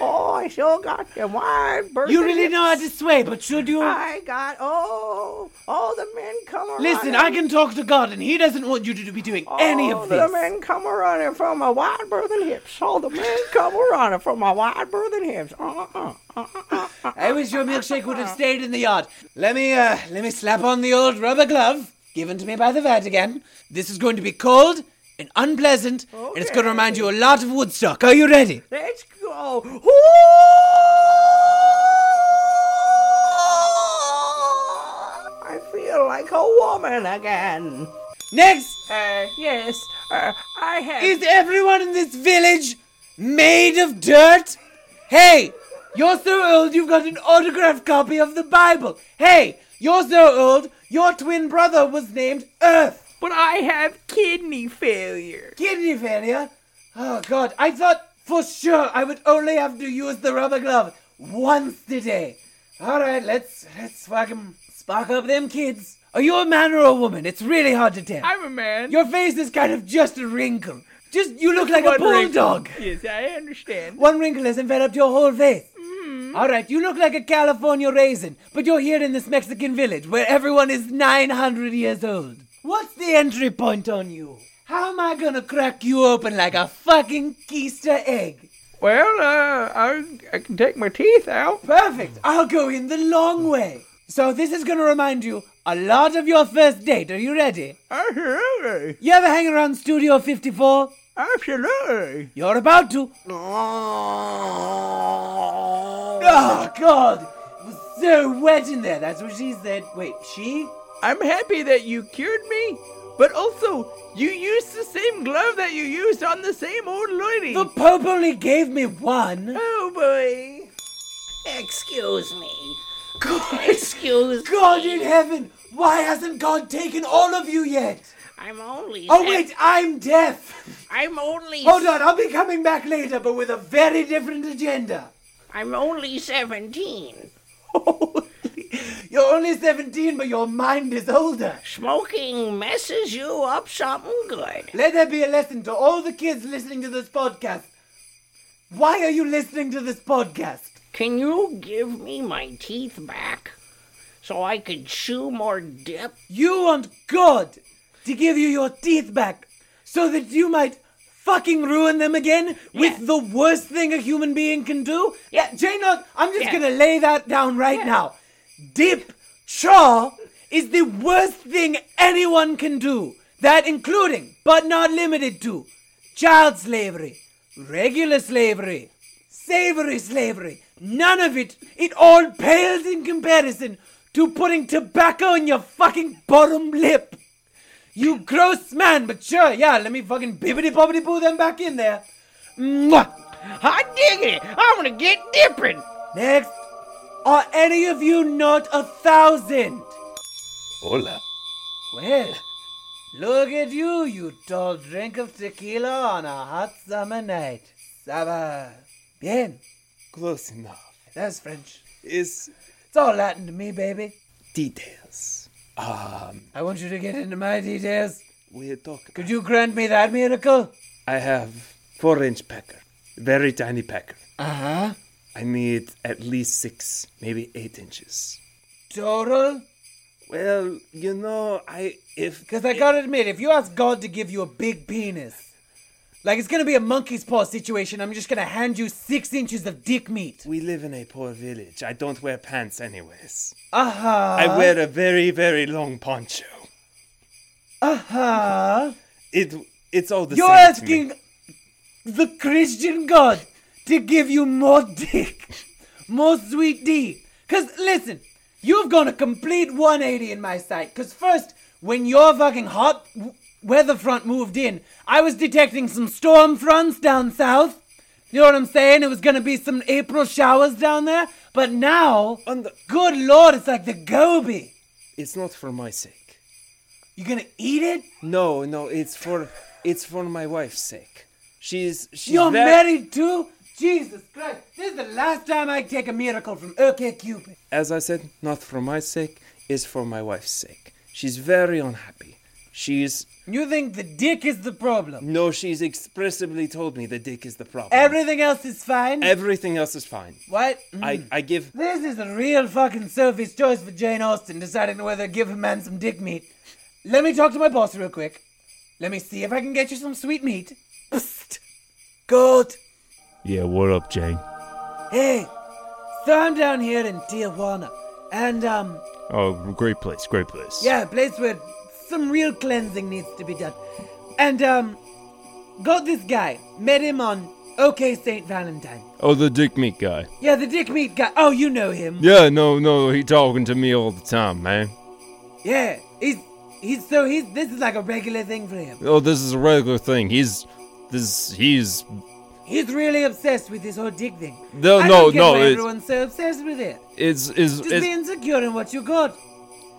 Speaker 1: oh I still got them wide birth.
Speaker 15: You really know how to sway, but should you?
Speaker 1: I got oh all the men come around.
Speaker 15: Listen, I can talk to God, and He doesn't want you to be doing any of
Speaker 1: All the
Speaker 15: this.
Speaker 1: men come running from my wide berthing hips. All the men come running from my wide berthing hips. Uh-uh.
Speaker 15: I wish your milkshake would have stayed in the yard. Let me, uh, let me slap on the old rubber glove given to me by the Vatican. This is going to be cold and unpleasant, and it's going to remind you a lot of Woodstock. Are you ready?
Speaker 1: Let's go. Ooh! I feel like a woman again.
Speaker 15: Next
Speaker 1: Uh, yes, uh, I have.
Speaker 15: is everyone in this village made of dirt? Hey, you're so old you've got an autographed copy of the Bible. Hey, you're so old your twin brother was named Earth.
Speaker 1: but I have kidney failure.
Speaker 15: kidney failure? Oh god, I thought for sure I would only have to use the rubber glove once today. Alright, let's let's fucking spark up them kids. Are you a man or a woman? It's really hard to tell.
Speaker 1: I'm a man.
Speaker 15: Your face is kind of just a wrinkle. Just you look like a
Speaker 1: One wrinkle.
Speaker 15: bulldog.
Speaker 1: Yes, I understand.
Speaker 15: One wrinkle has enveloped your whole face. Alright, you look like a California raisin, but you're here in this Mexican village where everyone is 900 years old. What's the entry point on you? How am I gonna crack you open like a fucking keister egg?
Speaker 1: Well, uh, I, I can take my teeth out.
Speaker 15: Perfect, I'll go in the long way. So, this is gonna remind you a lot of your first date. Are you ready?
Speaker 1: Absolutely.
Speaker 15: You ever hang around Studio 54?
Speaker 1: Absolutely.
Speaker 15: You're about to. No! Oh God! It was so wet in there. That's what she said. Wait, she?
Speaker 16: I'm happy that you cured me, but also you used the same glove that you used on the same old lady.
Speaker 15: The Pope only gave me one.
Speaker 16: Oh boy.
Speaker 17: Excuse me. God, excuse
Speaker 15: God in heaven, why hasn't God taken all of you yet?
Speaker 17: I'm only.
Speaker 15: Oh wait, I'm deaf.
Speaker 17: I'm only.
Speaker 15: Hold on, I'll be coming back later, but with a very different agenda.
Speaker 17: I'm only 17.
Speaker 15: You're only 17, but your mind is older.
Speaker 17: Smoking messes you up something good.
Speaker 15: Let there be a lesson to all the kids listening to this podcast. Why are you listening to this podcast?
Speaker 17: Can you give me my teeth back so I can chew more dip?
Speaker 15: You want God to give you your teeth back so that you might fucking ruin them again with the worst thing a human being can do? Yeah, Jane, Austen, I'm just
Speaker 17: Yeah.
Speaker 15: gonna lay that down right now. Dip chaw is the worst thing anyone can do. That including, but not limited to, child slavery, regular slavery, savory slavery. None of it. It all pales in comparison to putting tobacco in your fucking bottom lip. You gross man, but sure, yeah, let me fucking bibbity bobbity boo them back in there. Mwah! I dig it! I wanna get different! Next! Are any of you not a thousand?
Speaker 8: Hola.
Speaker 15: Well, look at you, you tall drink of tequila on a hot summer night. Saba. Bien.
Speaker 8: Close enough.
Speaker 15: That's French.
Speaker 8: Is
Speaker 15: It's all Latin to me, baby.
Speaker 8: details. Um,
Speaker 15: I want you to get into my details.
Speaker 8: we talk.
Speaker 15: Could you grant me that miracle?
Speaker 8: I have four-inch packer, very tiny packer.
Speaker 15: Uh huh.
Speaker 8: I need at least six, maybe eight inches.
Speaker 15: Total?
Speaker 8: Well, you know, I if
Speaker 15: because I gotta admit, if you ask God to give you a big penis, like it's gonna be a monkey's paw situation. I'm just gonna hand you six inches of dick meat.
Speaker 8: We live in a poor village. I don't wear pants, anyways.
Speaker 15: Uh huh.
Speaker 8: I wear a very, very long poncho.
Speaker 15: Uh huh.
Speaker 8: It it's all the
Speaker 15: You're
Speaker 8: same. to me.
Speaker 15: asking the Christian God to give you more [LAUGHS] dick, more sweet D. Because listen, you've gone a complete 180 in my sight. Because first, when your fucking hot w- weather front moved in, I was detecting some storm fronts down south. You know what I'm saying? It was gonna be some April showers down there. But now, good lord, it's like the Gobi.
Speaker 8: It's not for my sake.
Speaker 15: You gonna eat it?
Speaker 8: No, no, it's for it's for my wife's sake. She's she's
Speaker 15: You're
Speaker 8: ve-
Speaker 15: married too? Jesus Christ, this is the last time I take a miracle from OK Cupid.
Speaker 8: As I said, not for my sake, it's for my wife's sake. She's very unhappy. She's
Speaker 15: You think the dick is the problem?
Speaker 8: No, she's expressively told me the dick is the problem.
Speaker 15: Everything else is fine?
Speaker 8: Everything else is fine.
Speaker 15: what? Mm.
Speaker 8: I, I give
Speaker 15: This is a real fucking Sophie's choice for Jane Austen deciding whether to give a man some dick meat. Let me talk to my boss real quick. Let me see if I can get you some sweet meat. Psst. Good.
Speaker 18: Yeah, what up, Jane?
Speaker 15: Hey, so I'm down here in Tijuana, and um,
Speaker 18: Oh, great place, great place.
Speaker 15: Yeah, a place where some real cleansing needs to be done. And um got this guy. Met him on OK St. Valentine.
Speaker 18: Oh, the dick meat guy.
Speaker 15: Yeah, the dick meat guy. Oh, you know him.
Speaker 18: Yeah, no, no, he talking to me all the time, man.
Speaker 15: Yeah. He's he's so he's this is like a regular thing for him.
Speaker 18: Oh, this is a regular thing. He's, this, he's.
Speaker 15: He's really obsessed with this whole dick thing.
Speaker 18: No,
Speaker 15: I
Speaker 18: no,
Speaker 15: don't get
Speaker 18: no,
Speaker 15: Why
Speaker 18: it's-
Speaker 15: everyone's so obsessed with it.
Speaker 18: It's is
Speaker 15: Just be
Speaker 18: is
Speaker 15: insecure in what you got.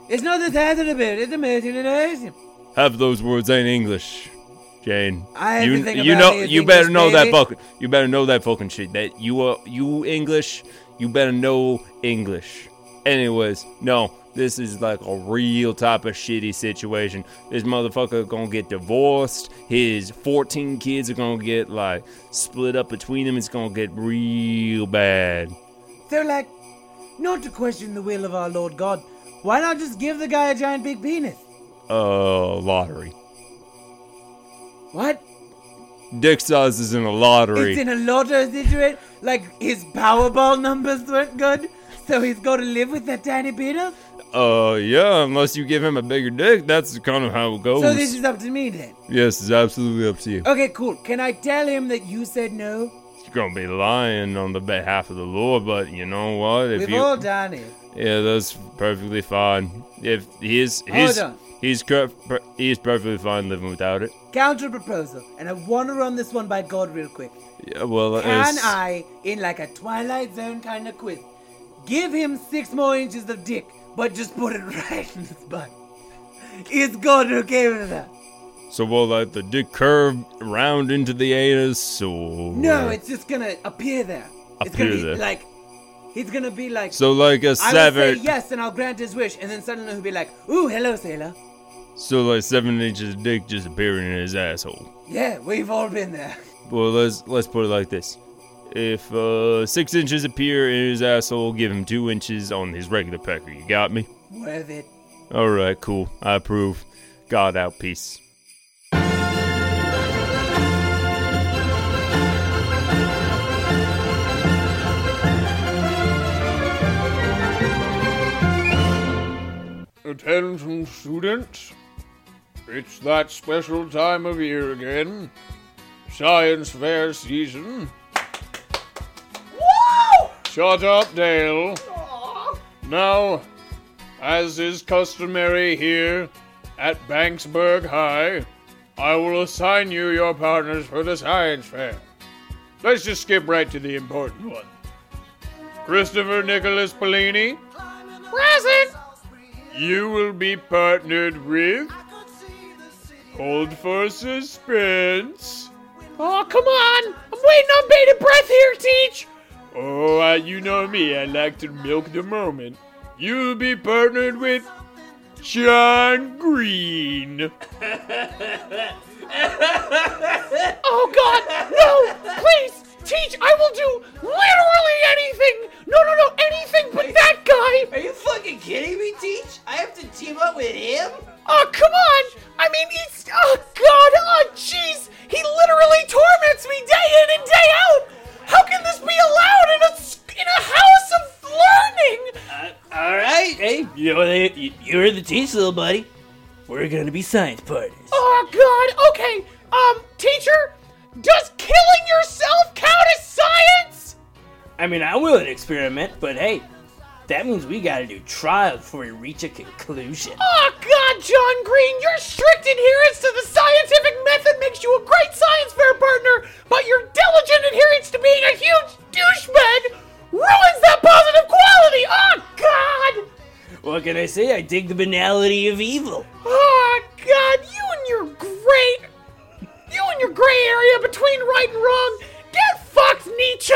Speaker 15: It's not the title about it, it's amazing and amazing.
Speaker 18: half those words ain't English, Jane.
Speaker 15: I-
Speaker 18: you
Speaker 15: everything
Speaker 18: you
Speaker 15: about
Speaker 18: know
Speaker 15: me is
Speaker 18: you better
Speaker 15: English,
Speaker 18: know that
Speaker 15: baby.
Speaker 18: fucking you better know that fucking shit. That you are you English, you better know English. Anyways, no, this is like a real type of shitty situation. This motherfucker gonna get divorced. His fourteen kids are gonna get like split up between them. It's gonna get real bad.
Speaker 15: So, like, not to question the will of our Lord God, why not just give the guy a giant big penis?
Speaker 18: Uh, lottery.
Speaker 15: What?
Speaker 18: Dick size is in a lottery.
Speaker 15: It's in a lotto situation. Like his Powerball numbers weren't good, so he's got to live with that tiny bit of.
Speaker 18: Uh, yeah, unless you give him a bigger dick, that's kind of how it goes.
Speaker 15: So this is up to me then.
Speaker 18: yes, it's absolutely up to you.
Speaker 15: Okay, cool. Can I tell him that you said no?
Speaker 18: gonna be lying on the behalf of the Lord, but you know what? If
Speaker 16: We've
Speaker 18: you
Speaker 16: all done it.
Speaker 18: yeah, that's perfectly fine. If he is, he's
Speaker 16: Hold on.
Speaker 18: he's cur- per- he is perfectly fine living without it.
Speaker 16: Counter proposal, and I want to run this one by God real quick.
Speaker 18: Yeah, well,
Speaker 16: Can
Speaker 18: it's-
Speaker 16: I, in like a Twilight Zone kind of quiz, give him six more inches of dick, but just put it [LAUGHS] right in his butt? Is God okay with that?
Speaker 18: So we'll let the dick curve round into the anus, uh, or
Speaker 16: No, it's just gonna appear there. it's gonna
Speaker 18: Appear
Speaker 16: be
Speaker 18: there.
Speaker 16: like, he's gonna be like.
Speaker 18: So like a
Speaker 16: I will
Speaker 18: severed-
Speaker 16: say yes, and I'll grant his wish, and then suddenly he'll be like, "Ooh, hello, sailor."
Speaker 18: so like seven inches of dick just appearing in his asshole.
Speaker 16: Yeah, we've all been there.
Speaker 18: Well, let's let's put it like this: if uh, six inches appear in his asshole, give him two inches on his regular pecker. You got me?
Speaker 16: Worth it.
Speaker 18: All right, cool. I approve. God out, peace.
Speaker 19: Attention, students. It's that special time of year again. Science fair season. Woo!
Speaker 15: [LAUGHS]
Speaker 19: Shut up, Dale. Now, as is customary here at Banksburg High, I will assign you your partners for the science fair. Let's just skip right to the important one. Christopher Nicholas Pellini,
Speaker 17: Present!
Speaker 19: you will be partnered with. Hold for suspense.
Speaker 17: Oh, come on! I'm waiting on bated breath here, Teach!
Speaker 19: Oh, uh, you know me, I like to milk the moment. You'll be partnered with. John Green.
Speaker 17: oh god, no! Please, Teach, I will do literally anything! No, no, no, anything but that guy! Are you fucking kidding me, Teach? I have to team up with him? Oh, come on! I mean, it's. Oh god, oh jeez! He literally torments me day in and day out! How can this be allowed in a, s- in a house of learning?
Speaker 15: All right, hey, you know what? You you heard the teach, little buddy. We're gonna be science partners.
Speaker 17: Oh god, okay. Um, teacher, does killing yourself count as science?
Speaker 15: I mean, I will experiment, but hey, that means we gotta do trials before we reach a conclusion.
Speaker 17: Oh god, John Green, your strict adherence to the scientific method makes you a great science fair partner, but your diligent adherence to being a huge douchebag ruins that positive quality. Oh god.
Speaker 15: What can I say? I dig the banality of evil.
Speaker 17: Oh god, you and your great you and your gray area between right and wrong. Get fucked, Nietzsche.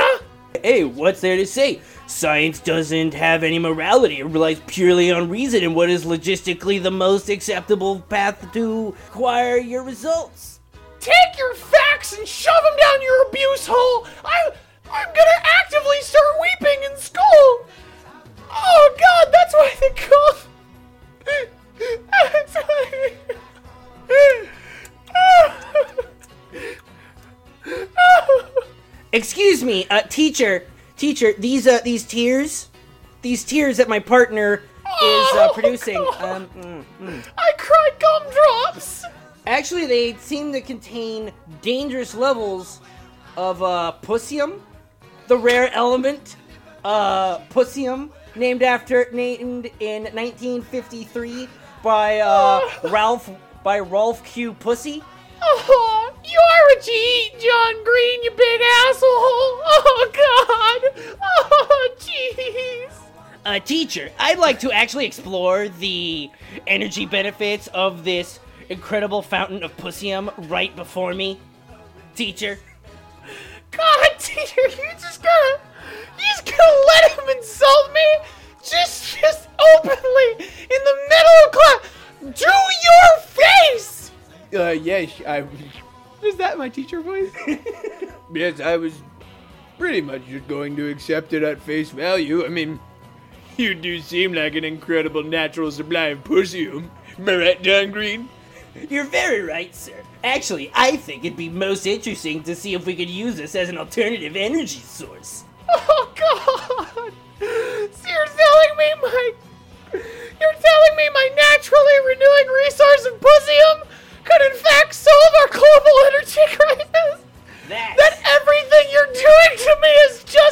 Speaker 15: Hey, what's there to say? Science doesn't have any morality. It relies purely on reason and what is logistically the most acceptable path to acquire your results.
Speaker 17: Take your facts and shove them down your abuse hole. I, I'm gonna actively start weeping in school. Oh God, that's why they call. That's why.
Speaker 1: [LAUGHS]
Speaker 14: Excuse me, uh, teacher, teacher. These uh, these tears, these tears that my partner is uh, producing. Um, mm, mm.
Speaker 17: Oh, I cried gumdrops.
Speaker 14: Actually, they seem to contain dangerous levels of uh, pussium, the rare element, uh, pussium, named after named in 1953 by uh, Ralph by Ralph Q. Pussy.
Speaker 17: Oh, you are what you eat, John Green, you big asshole. Oh God. Oh jeez.
Speaker 14: uh, teacher, I'd like to actually explore the energy benefits of this incredible fountain of pussium right before me. Teacher.
Speaker 17: God, teacher, you just gonna, you just gonna let him insult me, just, just openly in the middle of class. Do your face.
Speaker 16: Uh, yes, I.
Speaker 19: Is that my teacher voice? yes, I was pretty much just going to accept it at face value. I mean, you do seem like an incredible natural supply of pussium. Am I right, John Green?
Speaker 15: You're very right, sir. Actually, I think it'd be most interesting to see if we could use this as an alternative energy source.
Speaker 17: Oh God! So you're telling me my, you're telling me my naturally renewing resource of pussium could in fact solve our global energy crisis. That everything you're doing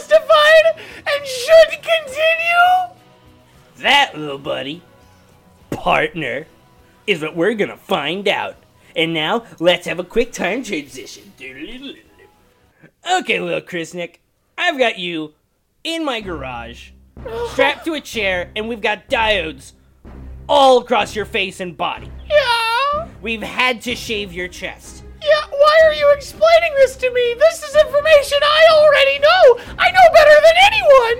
Speaker 14: partner is what we're gonna find out. And now, let's have a quick time transition. Okay, little Chrisnick, I've got you in my garage, strapped to a chair, and we've got diodes all across your face and body.
Speaker 17: Yeah.
Speaker 14: We've had to shave your chest.
Speaker 17: Yeah, why are you explaining this to me? This is information I already know. I know better than anyone.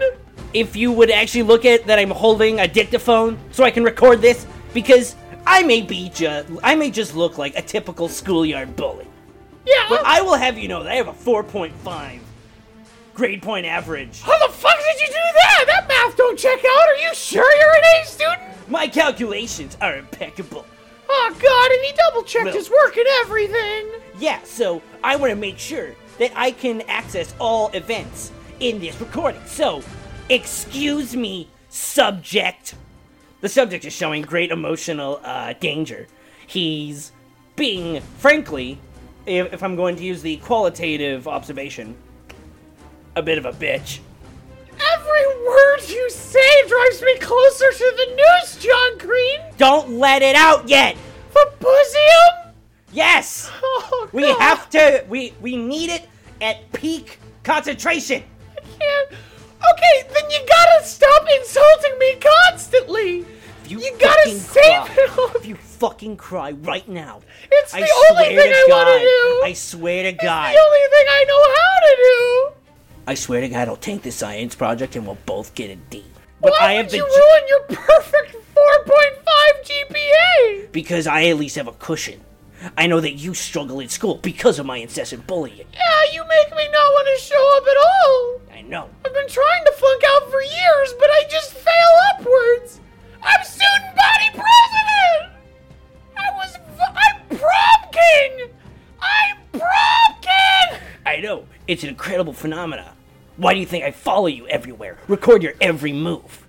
Speaker 14: If you would actually look at that, I'm holding a dictaphone so I can record this because I may be just I may just look like a typical schoolyard bully.
Speaker 17: Yeah.
Speaker 14: But I will have you know that I have a 4.5 grade point average.
Speaker 17: How the fuck did you do that? That math don't check out. Are you sure you're an A student?
Speaker 14: My calculations are impeccable.
Speaker 17: Oh god, and he double checked his work and everything.
Speaker 14: Yeah, so I want to make sure that I can access all events in this recording. So, excuse me, subject. The subject is showing great emotional uh, danger. He's being, frankly, if, if I'm going to use the qualitative observation, a bit of a bitch.
Speaker 17: Every word you say drives me closer to the news, John Green.
Speaker 14: Don't let it out yet.
Speaker 17: The Busium?
Speaker 14: Yes.
Speaker 17: Oh,
Speaker 14: we have to. We we need it at peak concentration.
Speaker 17: I can't. Okay, then you gotta stop insulting me constantly.
Speaker 14: You,
Speaker 17: gotta
Speaker 14: fucking
Speaker 17: save
Speaker 14: cry.
Speaker 17: it all.
Speaker 14: If you fucking cry right now,
Speaker 17: It's
Speaker 14: I
Speaker 17: the only
Speaker 14: swear
Speaker 17: thing
Speaker 14: to
Speaker 17: I
Speaker 14: God,
Speaker 17: wanna do.
Speaker 14: I swear to
Speaker 17: The
Speaker 14: God.
Speaker 17: only thing I know how to do.
Speaker 14: I swear to God, I'll take the science project and we'll both get a D. But
Speaker 17: Why
Speaker 14: I have
Speaker 17: would
Speaker 14: the
Speaker 17: you
Speaker 14: ju-
Speaker 17: ruin your perfect 4.5 GPA?
Speaker 14: because I at least have a cushion. I know that you struggle in school because of my incessant bullying.
Speaker 17: Yeah, you make me not want to show up at all.
Speaker 14: I know.
Speaker 17: I've been trying to flunk out for years, but I just fail upwards. I'm student body president. I was. I'm prom king. I'm prom king.
Speaker 14: I know. It's an incredible phenomena. Why do you think I follow you everywhere? Record your every move.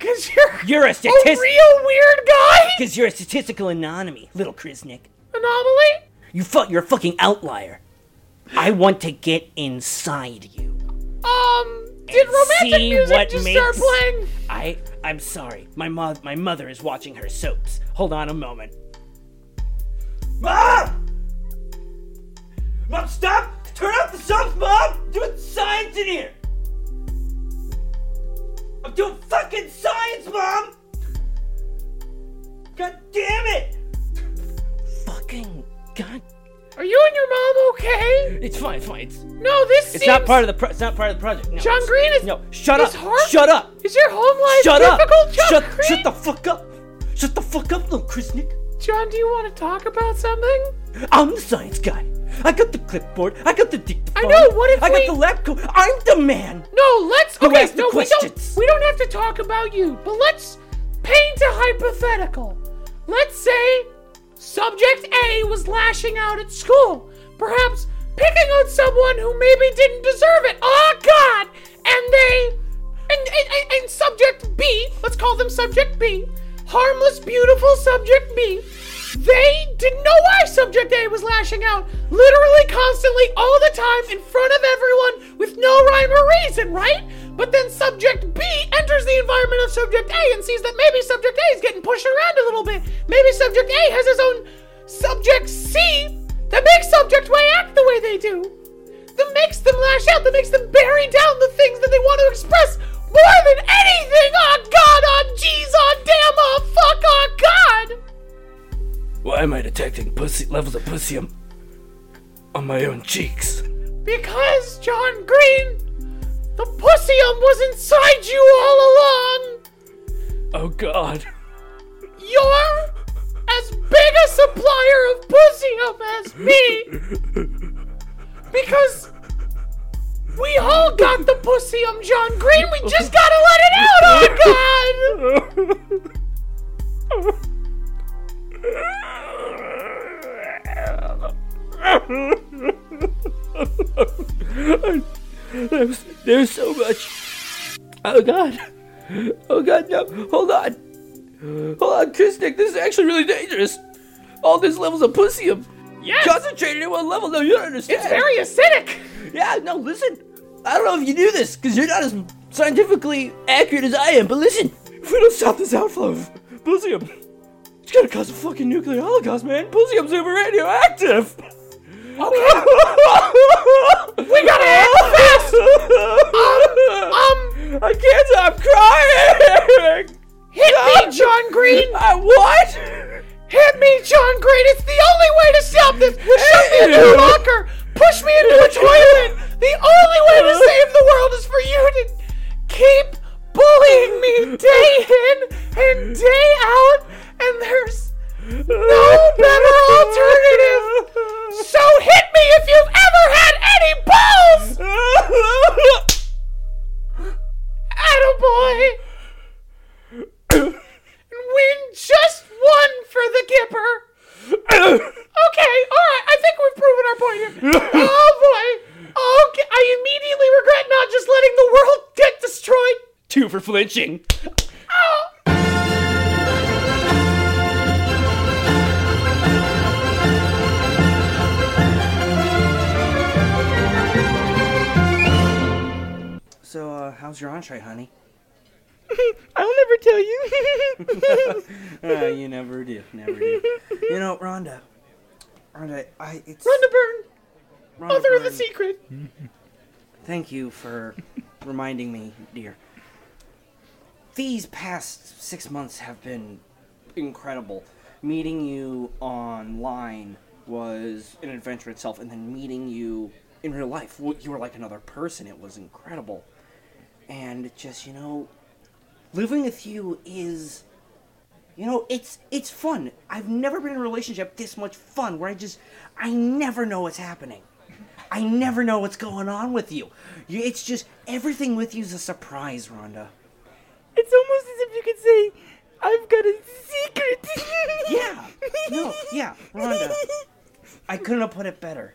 Speaker 17: Cause you're
Speaker 14: You're a statistic.
Speaker 17: real weird guy.
Speaker 14: Cause you're a statistical anomaly, little Krisnik.
Speaker 17: Anomaly.
Speaker 14: You fuck. You're a fucking outlier. I want to get inside you.
Speaker 17: Um. Did romantic
Speaker 14: see
Speaker 17: music
Speaker 14: what
Speaker 17: just
Speaker 14: makes-
Speaker 17: start playing?
Speaker 14: I. I'm sorry. My mom. My mother is watching her soaps. Hold on a moment.
Speaker 11: Ah!
Speaker 12: Mom! Mom, stop! Turn off the subs, Mom! I'm doing science in here! I'm doing fucking science, Mom! God damn it!
Speaker 14: Fucking god.
Speaker 17: Are you and your mom okay?
Speaker 14: It's fine. It's fine. It's,
Speaker 17: No, this
Speaker 14: it's
Speaker 17: seems.
Speaker 14: not part of the. Pro- it's not part of the project. No,
Speaker 17: John
Speaker 14: it's-
Speaker 17: Green is-
Speaker 14: No. Shut up.
Speaker 17: is hard-
Speaker 14: Shut up.
Speaker 17: Is your home life
Speaker 14: Shut up.
Speaker 17: difficult, John
Speaker 14: shut,
Speaker 17: Green?
Speaker 14: shut the fuck up. Shut the fuck up, little Krisnik.
Speaker 17: John, do you want to talk about something?
Speaker 14: I'm the science guy. I got the clipboard. I got the dictaphone.
Speaker 17: I know, what if
Speaker 14: I
Speaker 17: we-
Speaker 14: got the lab coat. I'm the man.
Speaker 17: No, let's.
Speaker 14: Who
Speaker 17: okay,
Speaker 14: asked the
Speaker 17: no,
Speaker 14: questions?
Speaker 17: we don't. We don't have to talk about you, but let's paint a hypothetical. Let's say subject A was lashing out at school, perhaps picking on someone who maybe didn't deserve it. Oh God! And they, and and, and, and subject B, let's call them subject B, harmless, beautiful subject B. They didn't know why subject A was lashing out, literally constantly, all the time, in front of everyone, with no rhyme or reason, right? But then subject B enters the environment of subject A and sees that maybe subject A is getting pushed around a little bit. Maybe subject A has his own subject C that makes subject Y act the way they do. That makes them lash out, that makes them bury down the things that they want to express more than anything. Oh God, oh jeez, oh damn, oh fuck, oh God.
Speaker 14: Why am I detecting pussy levels of pussium on my own [LAUGHS] cheeks?
Speaker 17: Because, John Green, the pussium was inside you all along.
Speaker 14: Oh god.
Speaker 17: You're as big a supplier of pussium as me. Because we all got the pussium, John Green. We just gotta let it out. Oh, God. oh,
Speaker 14: There's, there's so much. Oh god.
Speaker 12: Oh god, no! Hold on! Hold on, Kisnick, this is actually really dangerous! All these levels of pussium!
Speaker 17: Yes.
Speaker 12: Concentrated at one level, no, you don't understand!
Speaker 17: It's very acidic!
Speaker 12: Yeah, no, listen! I don't know if you knew this, because you're not as scientifically accurate as I am, but listen! If we don't stop this outflow of pussium,
Speaker 20: It's gonna cause a fucking nuclear holocaust, man. Pussium's super radioactive.
Speaker 17: Oh,
Speaker 12: [LAUGHS]
Speaker 20: we gotta act fast. Um, I can't stop crying.
Speaker 17: Hit
Speaker 1: Ah. Uh,
Speaker 17: me, John Green!
Speaker 20: I, what?
Speaker 17: Hit me, John Green! It's the only way to stop this! Shove me into a locker! Push me into a toilet! The only way to save the world is for you to keep bullying me day in and day out, and there's no better alternative! So hit me if you've ever had any balls! Attaboy! and win just one for the Gipper. okay, all right. I think we've proven our point here. Oh boy. Okay, I immediately regret not just letting the world get destroyed. Ah,
Speaker 1: Two for flinching.
Speaker 14: So, uh, how's your entree, honey?
Speaker 1: [LAUGHS]
Speaker 14: [LAUGHS]
Speaker 1: I'll never
Speaker 17: [LAUGHS]
Speaker 1: tell you.
Speaker 14: Uh, you never do, never do. You know, Rhonda. Rhonda, I it's
Speaker 17: Run to burn.
Speaker 14: Rhonda
Speaker 17: Mother of the
Speaker 14: Byrne,
Speaker 17: secret.
Speaker 14: Thank you for reminding me, dear. These past six months have been incredible. Meeting you online was an adventure itself, and then meeting you in real life, w- you were like another person. It was incredible. And it just, you know, living with you is you know it's it's fun i've never been in a relationship this much fun where i just i never know what's happening i never know what's going on with you, you it's just everything with you is a surprise rhonda
Speaker 1: It's almost as if you could say, I've got a secret.
Speaker 14: [LAUGHS] yeah. no yeah rhonda i couldn't have put it better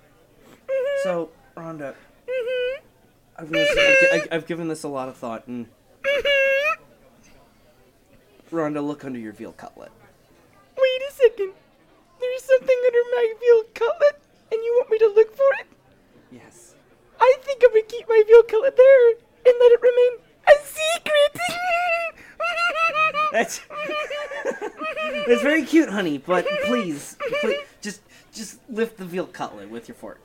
Speaker 14: so rhonda I've, given this- I've gi- I've- I've given this a lot of thought and rhonda look under your veal cutlet
Speaker 1: [LAUGHS] Wait a second. There's something under my veal cutlet, and you want me to look for it?
Speaker 14: Yes.
Speaker 1: I think I'm gonna keep my veal cutlet there and let it remain a secret.
Speaker 14: That's [LAUGHS] that's very cute, honey. But
Speaker 1: Mm-hmm.
Speaker 14: please, please, just just lift the veal cutlet with your fork.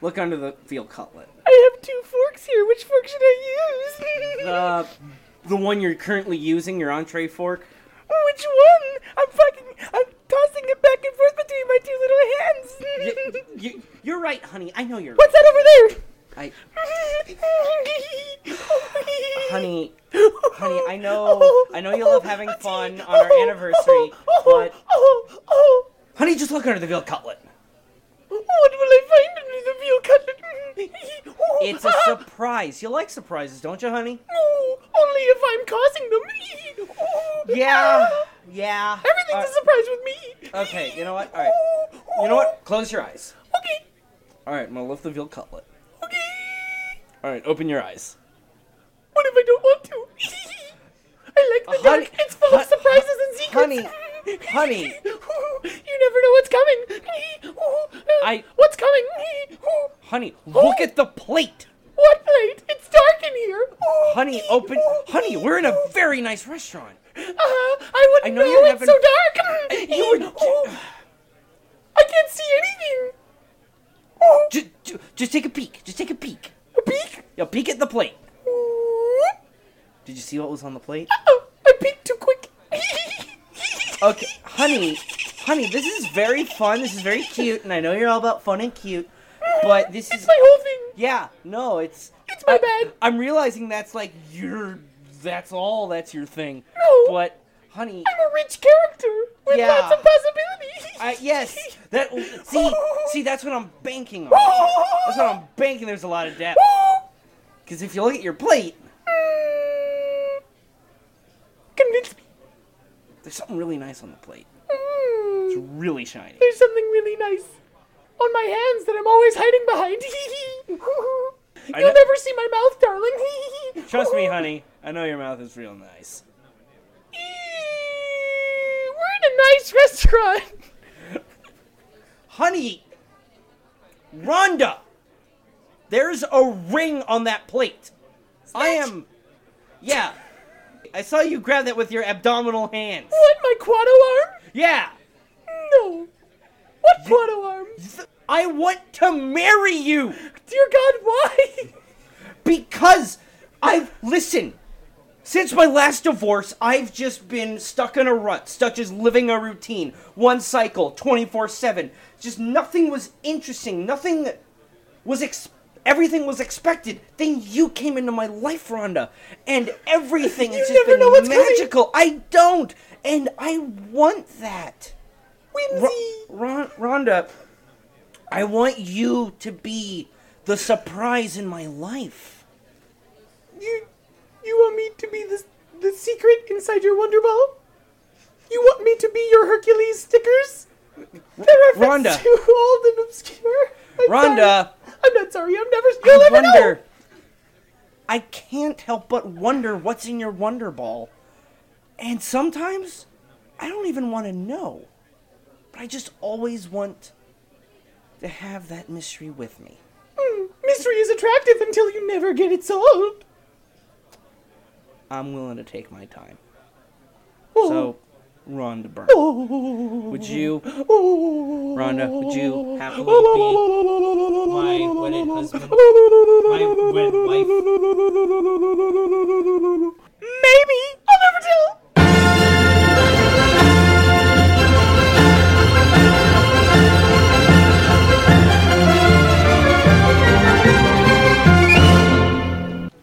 Speaker 14: Look under the veal cutlet.
Speaker 1: [LAUGHS] I have two forks here. Which fork should I use?
Speaker 14: The the one you're currently using, your entree fork.
Speaker 1: Which one? I'm fucking. I'm tossing it back and forth between my two little hands.
Speaker 14: You, you're right, honey. I know you're.
Speaker 1: What's that over there?
Speaker 14: I,
Speaker 1: [LAUGHS] oh
Speaker 14: honey, honey, I know, I know you love having fun on our anniversary, but honey, just look under the veal cutlet.
Speaker 1: What will I find under the veal cutlet?
Speaker 14: It's a surprise. You like surprises, don't you, honey?
Speaker 17: No, ah, only if I'm causing them.
Speaker 14: Yeah, yeah.
Speaker 17: Everything's a surprise with me.
Speaker 14: Okay, you know what? All right. You know what? Close your eyes.
Speaker 17: Okay.
Speaker 14: All right, I'm gonna lift the veal cutlet. Okay. All right, open your eyes.
Speaker 17: What if I don't want to? I like the
Speaker 14: Honey-
Speaker 17: dark. It's full of surprises and secrets.
Speaker 14: honey, honey.
Speaker 17: you never know what's coming.
Speaker 14: I-
Speaker 17: What's coming?
Speaker 14: Honey, look at the Oh. plate.
Speaker 17: What plate? It's dark in here.
Speaker 14: Honey, open. Honey, we're in a very nice restaurant.
Speaker 17: Uh, I wouldn't
Speaker 14: I know
Speaker 17: know.
Speaker 14: you
Speaker 17: it's
Speaker 14: haven't-
Speaker 17: so dark. [LAUGHS] Oh,
Speaker 14: You were-
Speaker 17: I can't see anything. Oh.
Speaker 14: Just, just take a peek. Just take a peek. A peek? Yeah, peek at the plate. Did you see what was on the plate?
Speaker 17: I peeked too quick.
Speaker 14: Okay, honey, honey, this is very fun. This is very cute, and I know you're all about fun and cute, but this is
Speaker 17: my whole thing.
Speaker 14: Yeah, no, it's
Speaker 17: it's my bad.
Speaker 14: I'm realizing that's like your, that's all, that's your thing.
Speaker 17: No.
Speaker 14: but honey,
Speaker 17: I'm a rich character with
Speaker 14: Yeah.
Speaker 17: lots of possibilities.
Speaker 14: I,
Speaker 17: [LAUGHS]
Speaker 14: yes, that see, see, that's what I'm banking on. That's what I'm banking. There's a lot of depth. Because if you look at your plate,
Speaker 17: Convince me.
Speaker 14: there's something really nice on the plate. It's really shiny.
Speaker 17: mm. There's something really nice on my hands that I'm always hiding behind. [LAUGHS]
Speaker 14: I
Speaker 17: You'll
Speaker 14: know-
Speaker 17: never see my mouth, darling.
Speaker 14: Trust me, honey. I know your mouth is real nice.
Speaker 17: We're in a nice restaurant. [LAUGHS]
Speaker 14: Honey, Rhonda, there's a ring on that plate. I am. Yeah. I saw you grab that with your abdominal hands.
Speaker 17: What? My
Speaker 1: my quad alarm?
Speaker 14: Yeah.
Speaker 1: No.
Speaker 14: What quad alarm? I want to marry you.
Speaker 1: Dear God, why?
Speaker 14: because I've listen. Since my last divorce, I've just been stuck in a rut, stuck just living a routine, one cycle, 24 7. Just nothing was interesting, nothing was ex- everything was expected. Then you came into my life, Rhonda, and everything has
Speaker 1: You
Speaker 14: just
Speaker 1: never
Speaker 14: been
Speaker 1: know what's coming.
Speaker 14: magical. I don't, and I want that.
Speaker 1: Whimsy.
Speaker 14: Ron- Rhonda, I want you to be the surprise in my life.
Speaker 1: You, you want me to be the the secret inside your Wonder Ball? You want me to be your Hercules stickers? They're
Speaker 14: Rhonda.
Speaker 1: too old and obscure. I'm
Speaker 14: Rhonda.
Speaker 1: sorry. I'm not sorry. I'm never. You'll never know.
Speaker 14: I can't help but wonder what's in your Wonder Ball. And sometimes I don't even want to know. But I just always want to have that mystery with me.
Speaker 1: Hmm, mystery is attractive until you never get it solved.
Speaker 14: I'm willing to take my time.
Speaker 1: Oh.
Speaker 14: So, Rhonda Byrne.
Speaker 1: Oh.
Speaker 14: Would you-
Speaker 1: Oh.
Speaker 14: Rhonda, would you happily
Speaker 1: be my wedded husband? My wed wife? Maybe. I'll never tell.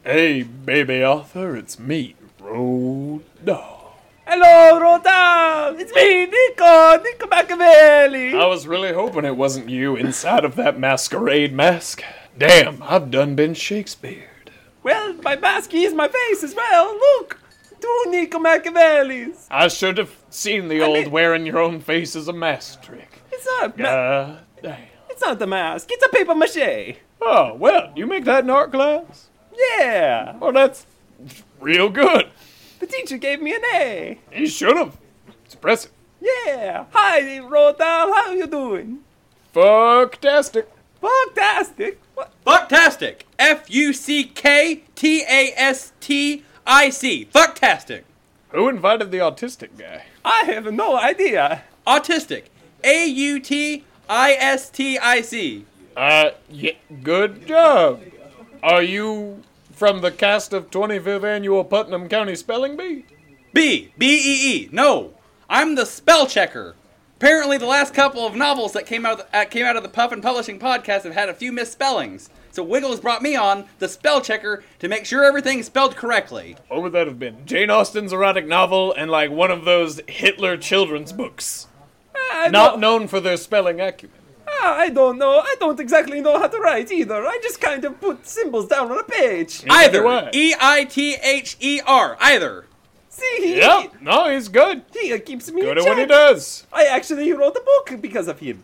Speaker 19: Hey, baby Arthur, it's me, Roda.
Speaker 12: Hello, Roda! It's me, Nico! Nico Machiavelli!
Speaker 19: I was really hoping it wasn't you inside of that masquerade mask. Damn, I've done been Shakespeare.
Speaker 12: Well, my mask is my face as well! Look! Two Nico Machiavellis!
Speaker 19: I should have seen the old wearing your own face as a mask trick. Uh,
Speaker 12: It's not, a ma-
Speaker 19: God
Speaker 12: it's not the mask, it's a paper mache!
Speaker 19: Oh, well, you make that in art class?
Speaker 12: Yeah!
Speaker 19: Well, that's real good.
Speaker 12: The teacher gave me an A!
Speaker 19: You should have. It's impressive.
Speaker 12: Yeah! Hi, Roda! How you doing?
Speaker 19: Fucktastic!
Speaker 12: Fucktastic!
Speaker 6: Fucktastic. F U C K T A S T I C. Fucktastic.
Speaker 19: Who invited the autistic guy?
Speaker 6: I have no idea. Autistic. A U T I S T I C.
Speaker 19: Uh, yeah, good job. Are you from the cast of 25th Annual Putnam County Spelling Bee?
Speaker 6: B. B E E. No, I'm the spell checker. Apparently, the last couple of novels that came out of the, uh, came out of the Puffin Publishing podcast have had a few misspellings. So Wiggles brought me on the spell checker to make sure everything's spelled correctly.
Speaker 19: What would that have been? Jane Austen's erotic novel and like one of those Hitler children's books. Not known for their spelling acumen.
Speaker 12: Ah, I don't know. I don't exactly know how to write either. I just kind of put symbols down on a page.
Speaker 6: Either E I T H E R. Either.
Speaker 12: See?
Speaker 19: Yep. No, he's good.
Speaker 12: He uh, keeps me
Speaker 6: Good
Speaker 12: in
Speaker 6: at what he
Speaker 12: check.
Speaker 19: does.
Speaker 12: I actually wrote a book because of him.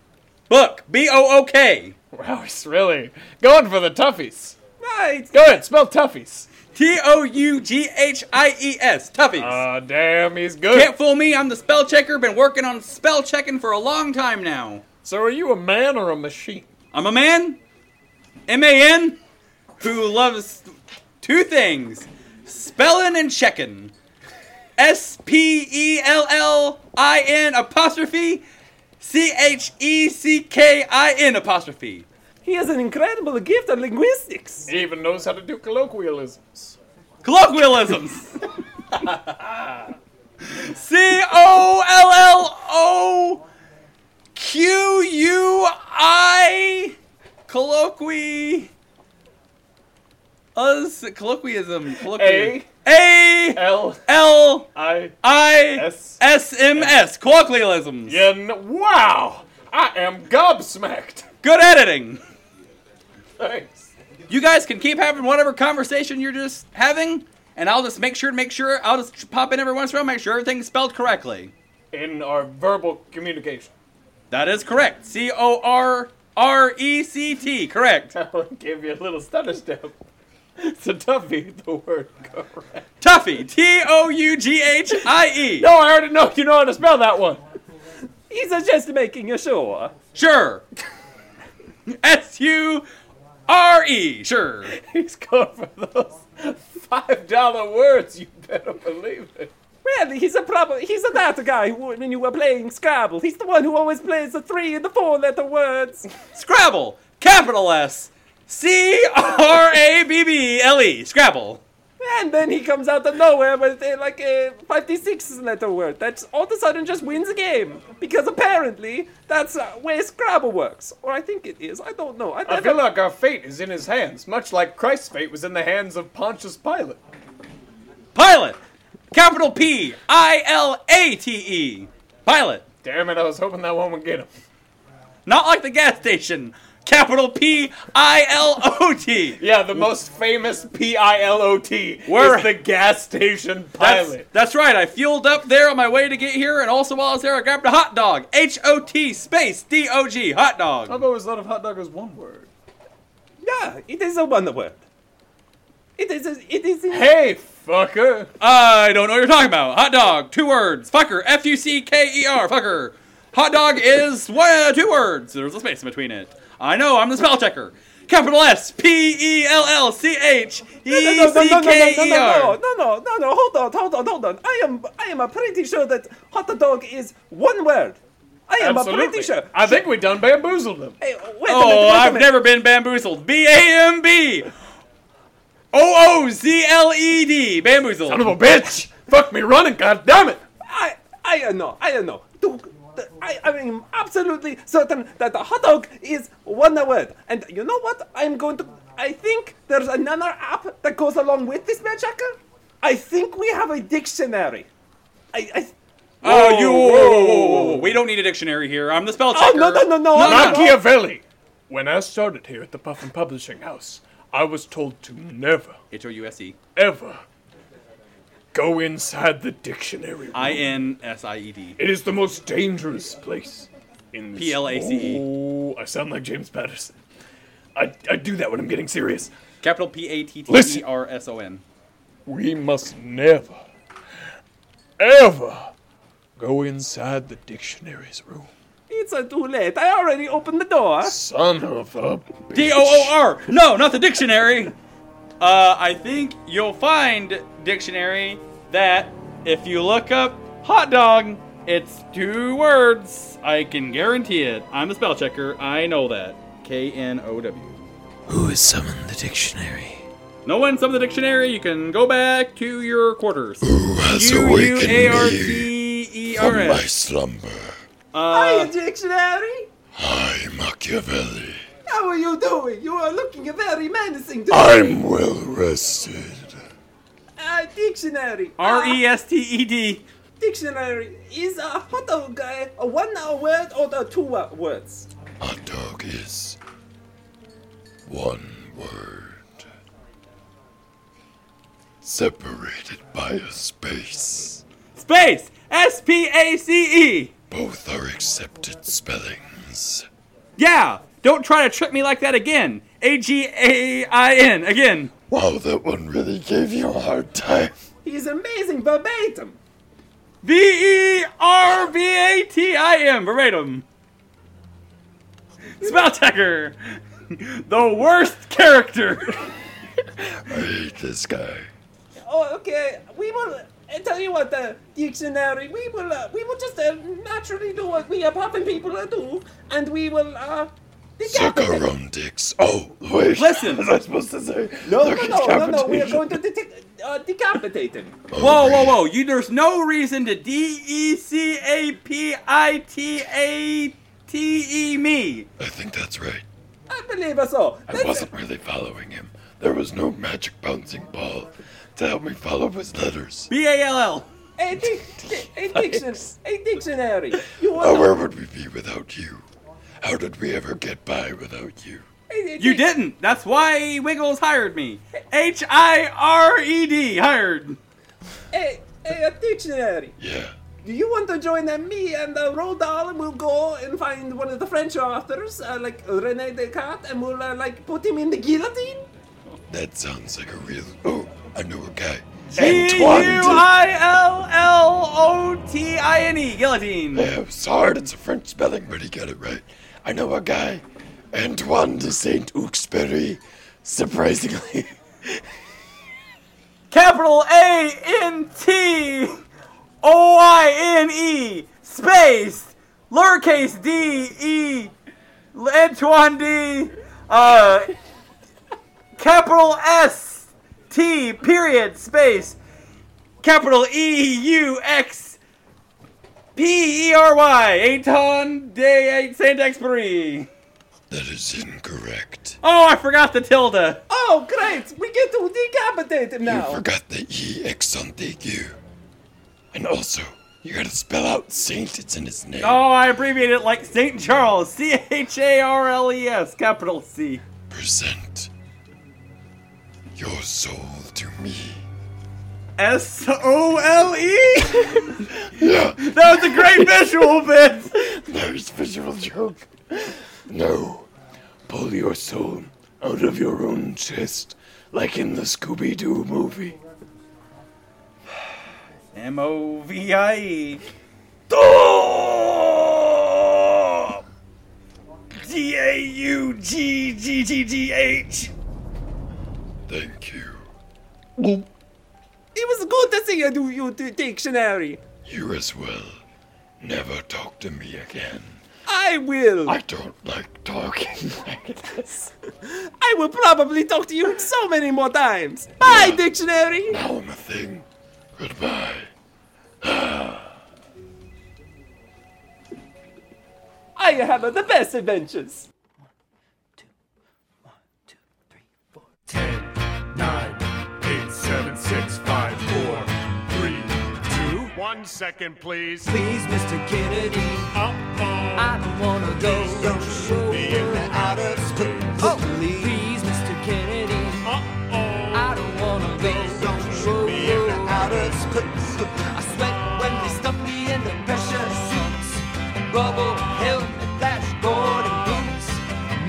Speaker 6: Book. B O O K.
Speaker 19: Wow, he's really going for the toughies.
Speaker 12: Right.
Speaker 19: Go ahead, spell toughies.
Speaker 6: T O U G H I E S. Toughies.
Speaker 19: Ah, damn, he's good.
Speaker 6: Can't fool me. I'm the spell checker. Been working on spell checking for a long time now.
Speaker 19: So, are you a man or a machine?
Speaker 6: I'm a man, M A N, who loves two things spelling and checking. S P E L L I N apostrophe C H E C K I N apostrophe.
Speaker 12: He has an incredible gift of linguistics.
Speaker 19: He even knows how to do colloquialisms.
Speaker 6: Colloquialisms! C O L L O Q U I colloqui. Us colloquiism. Colloquium. A
Speaker 19: L
Speaker 6: L
Speaker 19: I
Speaker 6: I
Speaker 19: S
Speaker 6: S M S. Colloquialisms.
Speaker 19: Yeah. kn- Wow, I am gobsmacked.
Speaker 6: Good editing.
Speaker 19: Thanks.
Speaker 6: You guys can keep having whatever conversation you're just having, and I'll just make sure to make sure I'll just pop in every once in a while, make sure everything's spelled correctly.
Speaker 19: In our verbal communication.
Speaker 6: That is correct. C O R R E C
Speaker 19: [LAUGHS]
Speaker 6: T. Correct.
Speaker 19: I'll give you a little stutter step. It's a toughie, the word correct.
Speaker 6: Tuffy. T O U G H I E.
Speaker 19: No, I already know you know how to spell that one.
Speaker 12: He's just making you sure.
Speaker 6: Sure. S U R E. Sure.
Speaker 19: He's going for those five dollar words. You better believe it.
Speaker 12: Well, Bradley, he's a problem. He's a that guy who, when you were playing Scrabble. He's the one who always plays the three and the four letter words.
Speaker 6: Scrabble, capital S, C R A B B L E, Scrabble.
Speaker 12: And then he comes out of nowhere with uh, like a 56 letter word that's all of a sudden just wins a game. Because apparently that's uh, where Scrabble works. Or I think it is. I don't know. I,
Speaker 19: I feel like our fate is in his hands, much like Christ's fate was in the hands of Pontius Pilate.
Speaker 6: Pilot, capital P I L A T E, pilot.
Speaker 19: Damn it, I was hoping that one would get him.
Speaker 6: Not like the gas station, capital P I L O T.
Speaker 19: Yeah, the most famous P I L O T is the gas station pilot.
Speaker 6: That's, that's right. I fueled up there on my way to get here, and also while I was there, I grabbed a hot dog. H O T space D O G hot dog.
Speaker 19: I've always thought of hot dog as one word.
Speaker 12: Yeah, it is a wonder word. It is. A, it is. A,
Speaker 19: Hey, fucker.
Speaker 6: I don't know what you're talking about. Hot dog, two words. Fucker, F U C K E R, fucker. Hot dog is well, two words. There's a space in between it. I know, I'm the spell checker. Capital S P E L L C H E
Speaker 12: No, no,
Speaker 6: C
Speaker 12: no, no, no,
Speaker 6: K E
Speaker 12: no, no,
Speaker 6: R.
Speaker 12: no, no, no, no, hold on, hold on, hold on. I am, I am uh, pretty sure that hot dog is one word. I am uh, pretty sure.
Speaker 19: I think we done bamboozled him.
Speaker 12: wait a minute,
Speaker 6: Oh,
Speaker 12: wait a
Speaker 6: I've
Speaker 12: minute.
Speaker 6: never been bamboozled. B A M B O O Z L E D. Bamboozled. Son
Speaker 19: of a bitch! Fuck me running, god damn it!
Speaker 12: I, I don't know, I don't know. Do- the- I, I am absolutely certain that the hot dog is one word. And you know what? I'm going to. I think there's another app that goes along with this spell checker. I think we have a dictionary. I, I
Speaker 6: Oh, you. Whoa, whoa, whoa, whoa, whoa. We don't need a dictionary here. I'm the spell checker.
Speaker 12: Oh, no, no, no, no,
Speaker 19: Machiavelli. When I started here at the Puffin Publishing House, I was told to never,
Speaker 6: H O U S E.
Speaker 19: ever go inside the dictionary. room.
Speaker 6: I N S I E D.
Speaker 19: It is the most dangerous place in this.
Speaker 6: P L A C E.
Speaker 19: Oh, I sound like James Patterson. I, I do that when I'm getting serious.
Speaker 6: Capital P A T T
Speaker 19: Listen.
Speaker 6: E R S O N.
Speaker 19: We must never, ever go inside the dictionary's room.
Speaker 12: It's uh, too late. I already opened the door.
Speaker 19: Son of a.
Speaker 6: D O O R. No, not the dictionary. Uh, I think you'll find dictionary that if you look up hot dog, it's two words. I can guarantee it. I'm a spell checker. I know that. K N O W.
Speaker 8: Who has summoned the dictionary?
Speaker 6: No one summoned the dictionary. You can go back to your quarters.
Speaker 8: has
Speaker 6: U U
Speaker 8: awakened
Speaker 6: A R
Speaker 8: me
Speaker 6: T E
Speaker 8: from
Speaker 6: R
Speaker 8: my
Speaker 6: S.
Speaker 8: slumber,
Speaker 6: Uh,
Speaker 16: dictionary?
Speaker 8: Machiavelli.
Speaker 16: How are you doing? You are looking very menacing.
Speaker 8: I'm well rested.
Speaker 16: Uh, dictionary.
Speaker 6: R E S T E D.
Speaker 12: Dictionary is a hot dog uh, a one word or the two wo- words.
Speaker 8: Hot dog is one word, separated by a space.
Speaker 6: Space. S P A C E.
Speaker 8: Both are accepted spellings.
Speaker 6: Yeah. Don't try to trick me like that again. A G A I N. Again.
Speaker 8: Wow, that one really gave you a hard time.
Speaker 12: He's amazing verbatim.
Speaker 6: V E R V A T I M. Verbatim. Spell checker. the worst character.
Speaker 8: [LAUGHS] I hate this guy.
Speaker 12: Oh, okay. We will I tell you what the dictionary. We will uh, we will just uh, naturally do what we are popping people uh, do, and we will. Uh,
Speaker 8: Suckarum dicks. Oh, wait. [LAUGHS]
Speaker 6: Listen.
Speaker 8: What was I supposed to say?
Speaker 12: no, no, no, no, no. We are
Speaker 8: Decapitation.
Speaker 12: going to detect, uh, decapitate him.
Speaker 6: Whoa, whoa, whoa! You, there's no reason to D E C A P I T A T E me.
Speaker 8: I think that's right.
Speaker 12: I believe us all.
Speaker 8: I wasn't really following him. There was no magic bouncing ball to help me follow his letters.
Speaker 6: B A L L.
Speaker 12: A, dic- a, diction, a dictionary. You will.
Speaker 8: Oh, where would we be without you? How did we ever get by without you?
Speaker 6: You didn't. That's why Wiggles hired me. H I R E D. Hired.
Speaker 12: Hey, hey, a dictionary.
Speaker 8: Yeah.
Speaker 12: Do you want to join uh, me and uh, Roald Dahl? We'll go and find one of the French authors, uh, like Rene Descartes, and we'll uh, like put him in the guillotine.
Speaker 8: That sounds like a real. Oh, I know a guy.
Speaker 6: G U I L L O T I N E. Guillotine.
Speaker 8: Yeah, it was hard. Oh, It's a French spelling, but he got it right. I know a guy, Antoine de Saint Uxbury. Surprisingly,
Speaker 6: Capital A N T O I N E space lowercase D E Antoine D uh capital S T period space capital E U X P E R Y Anton Day Eight Saint Expiry.
Speaker 8: That is incorrect.
Speaker 6: Oh, I forgot the tilde.
Speaker 21: Oh, great! We get to decapitate him
Speaker 8: You
Speaker 21: now.
Speaker 8: forgot the E accent the U. And also, you gotta spell out Saint, it's in his name.
Speaker 6: Oh, I abbreviate it like St. Charles. C H A R L E S, capital C.
Speaker 8: Present your soul to me.
Speaker 6: S O
Speaker 5: [LAUGHS]
Speaker 6: L E? That was a great visual
Speaker 1: [LAUGHS]
Speaker 6: bit!
Speaker 8: There's visual joke. No. Pull your soul out of your own chest, like in the Scooby Doo movie.
Speaker 6: M O V I E.
Speaker 5: D A U G G G G H.
Speaker 8: Thank you.
Speaker 21: It was good to see you do your d- dictionary.
Speaker 8: You as well. Never talk to me again.
Speaker 21: I will.
Speaker 8: I don't like talking like
Speaker 12: [LAUGHS]
Speaker 21: this. I will probably talk to you so many more times. Bye, dictionary.
Speaker 8: Now I'm a thing. Goodbye. Ah.
Speaker 21: I have the best adventures.
Speaker 12: nine, eight, seven, six, five, four, three, two, one second, please. Please, Mr. Kennedy. Uh-oh. I don't wanna go. Don't shoot me in the outer space. Oh, please, Mr. Kennedy. Uh-oh. I don't wanna go. Don't shoot me in the outer space. I sweat when they stuff me in the pressure suits. Rubble, helmet, flash, Gordon boots.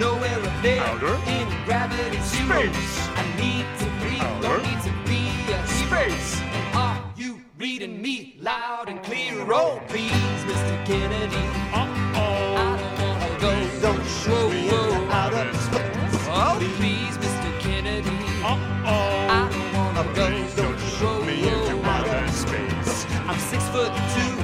Speaker 12: Nowhere to live in gravity space. I need to breathe, don't need to be a space. And are you reading me loud and clear? Oh, please, Mr. Kennedy. Uh-oh. I don't wanna go. Don't show me out of space. Oh, please, Mr. Kennedy. Uh-oh. I don't wanna go. Don't show me out of space. I'm six foot two,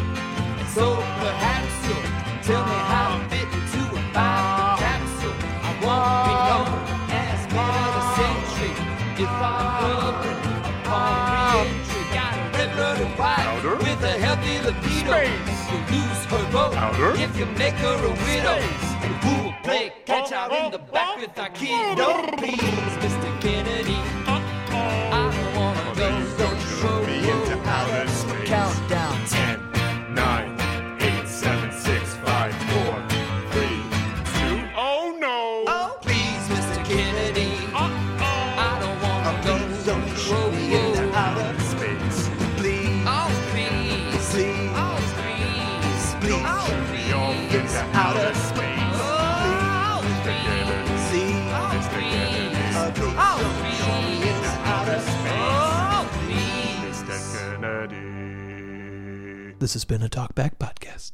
Speaker 12: and so perhaps you'll tell me how I fit into a five capsule. I won't be known as man of the century if I'm open upon re-entry. Got a red blooded wife with a healthy libido. You'll lose her vote if you make her a widow. And who will play catch out in the back with our kid? Don't please, Mr. Kennedy. I don't wanna go. Don't show me into outer space. Countdown. Ten, nine, eight, seven, six, five, four, three, two. Oh no! Oh please, Mr. Kennedy. I don't wanna go. Oh, Don't show me into outer space. Please. Oh please. Please. Oh please. Please. Don't show me off into outer space. Oh please. Please. Mr. Kennedy. Oh please. Show me into outer space. Oh please. Mr. Kennedy.
Speaker 2: This has been a Talkback Podcast.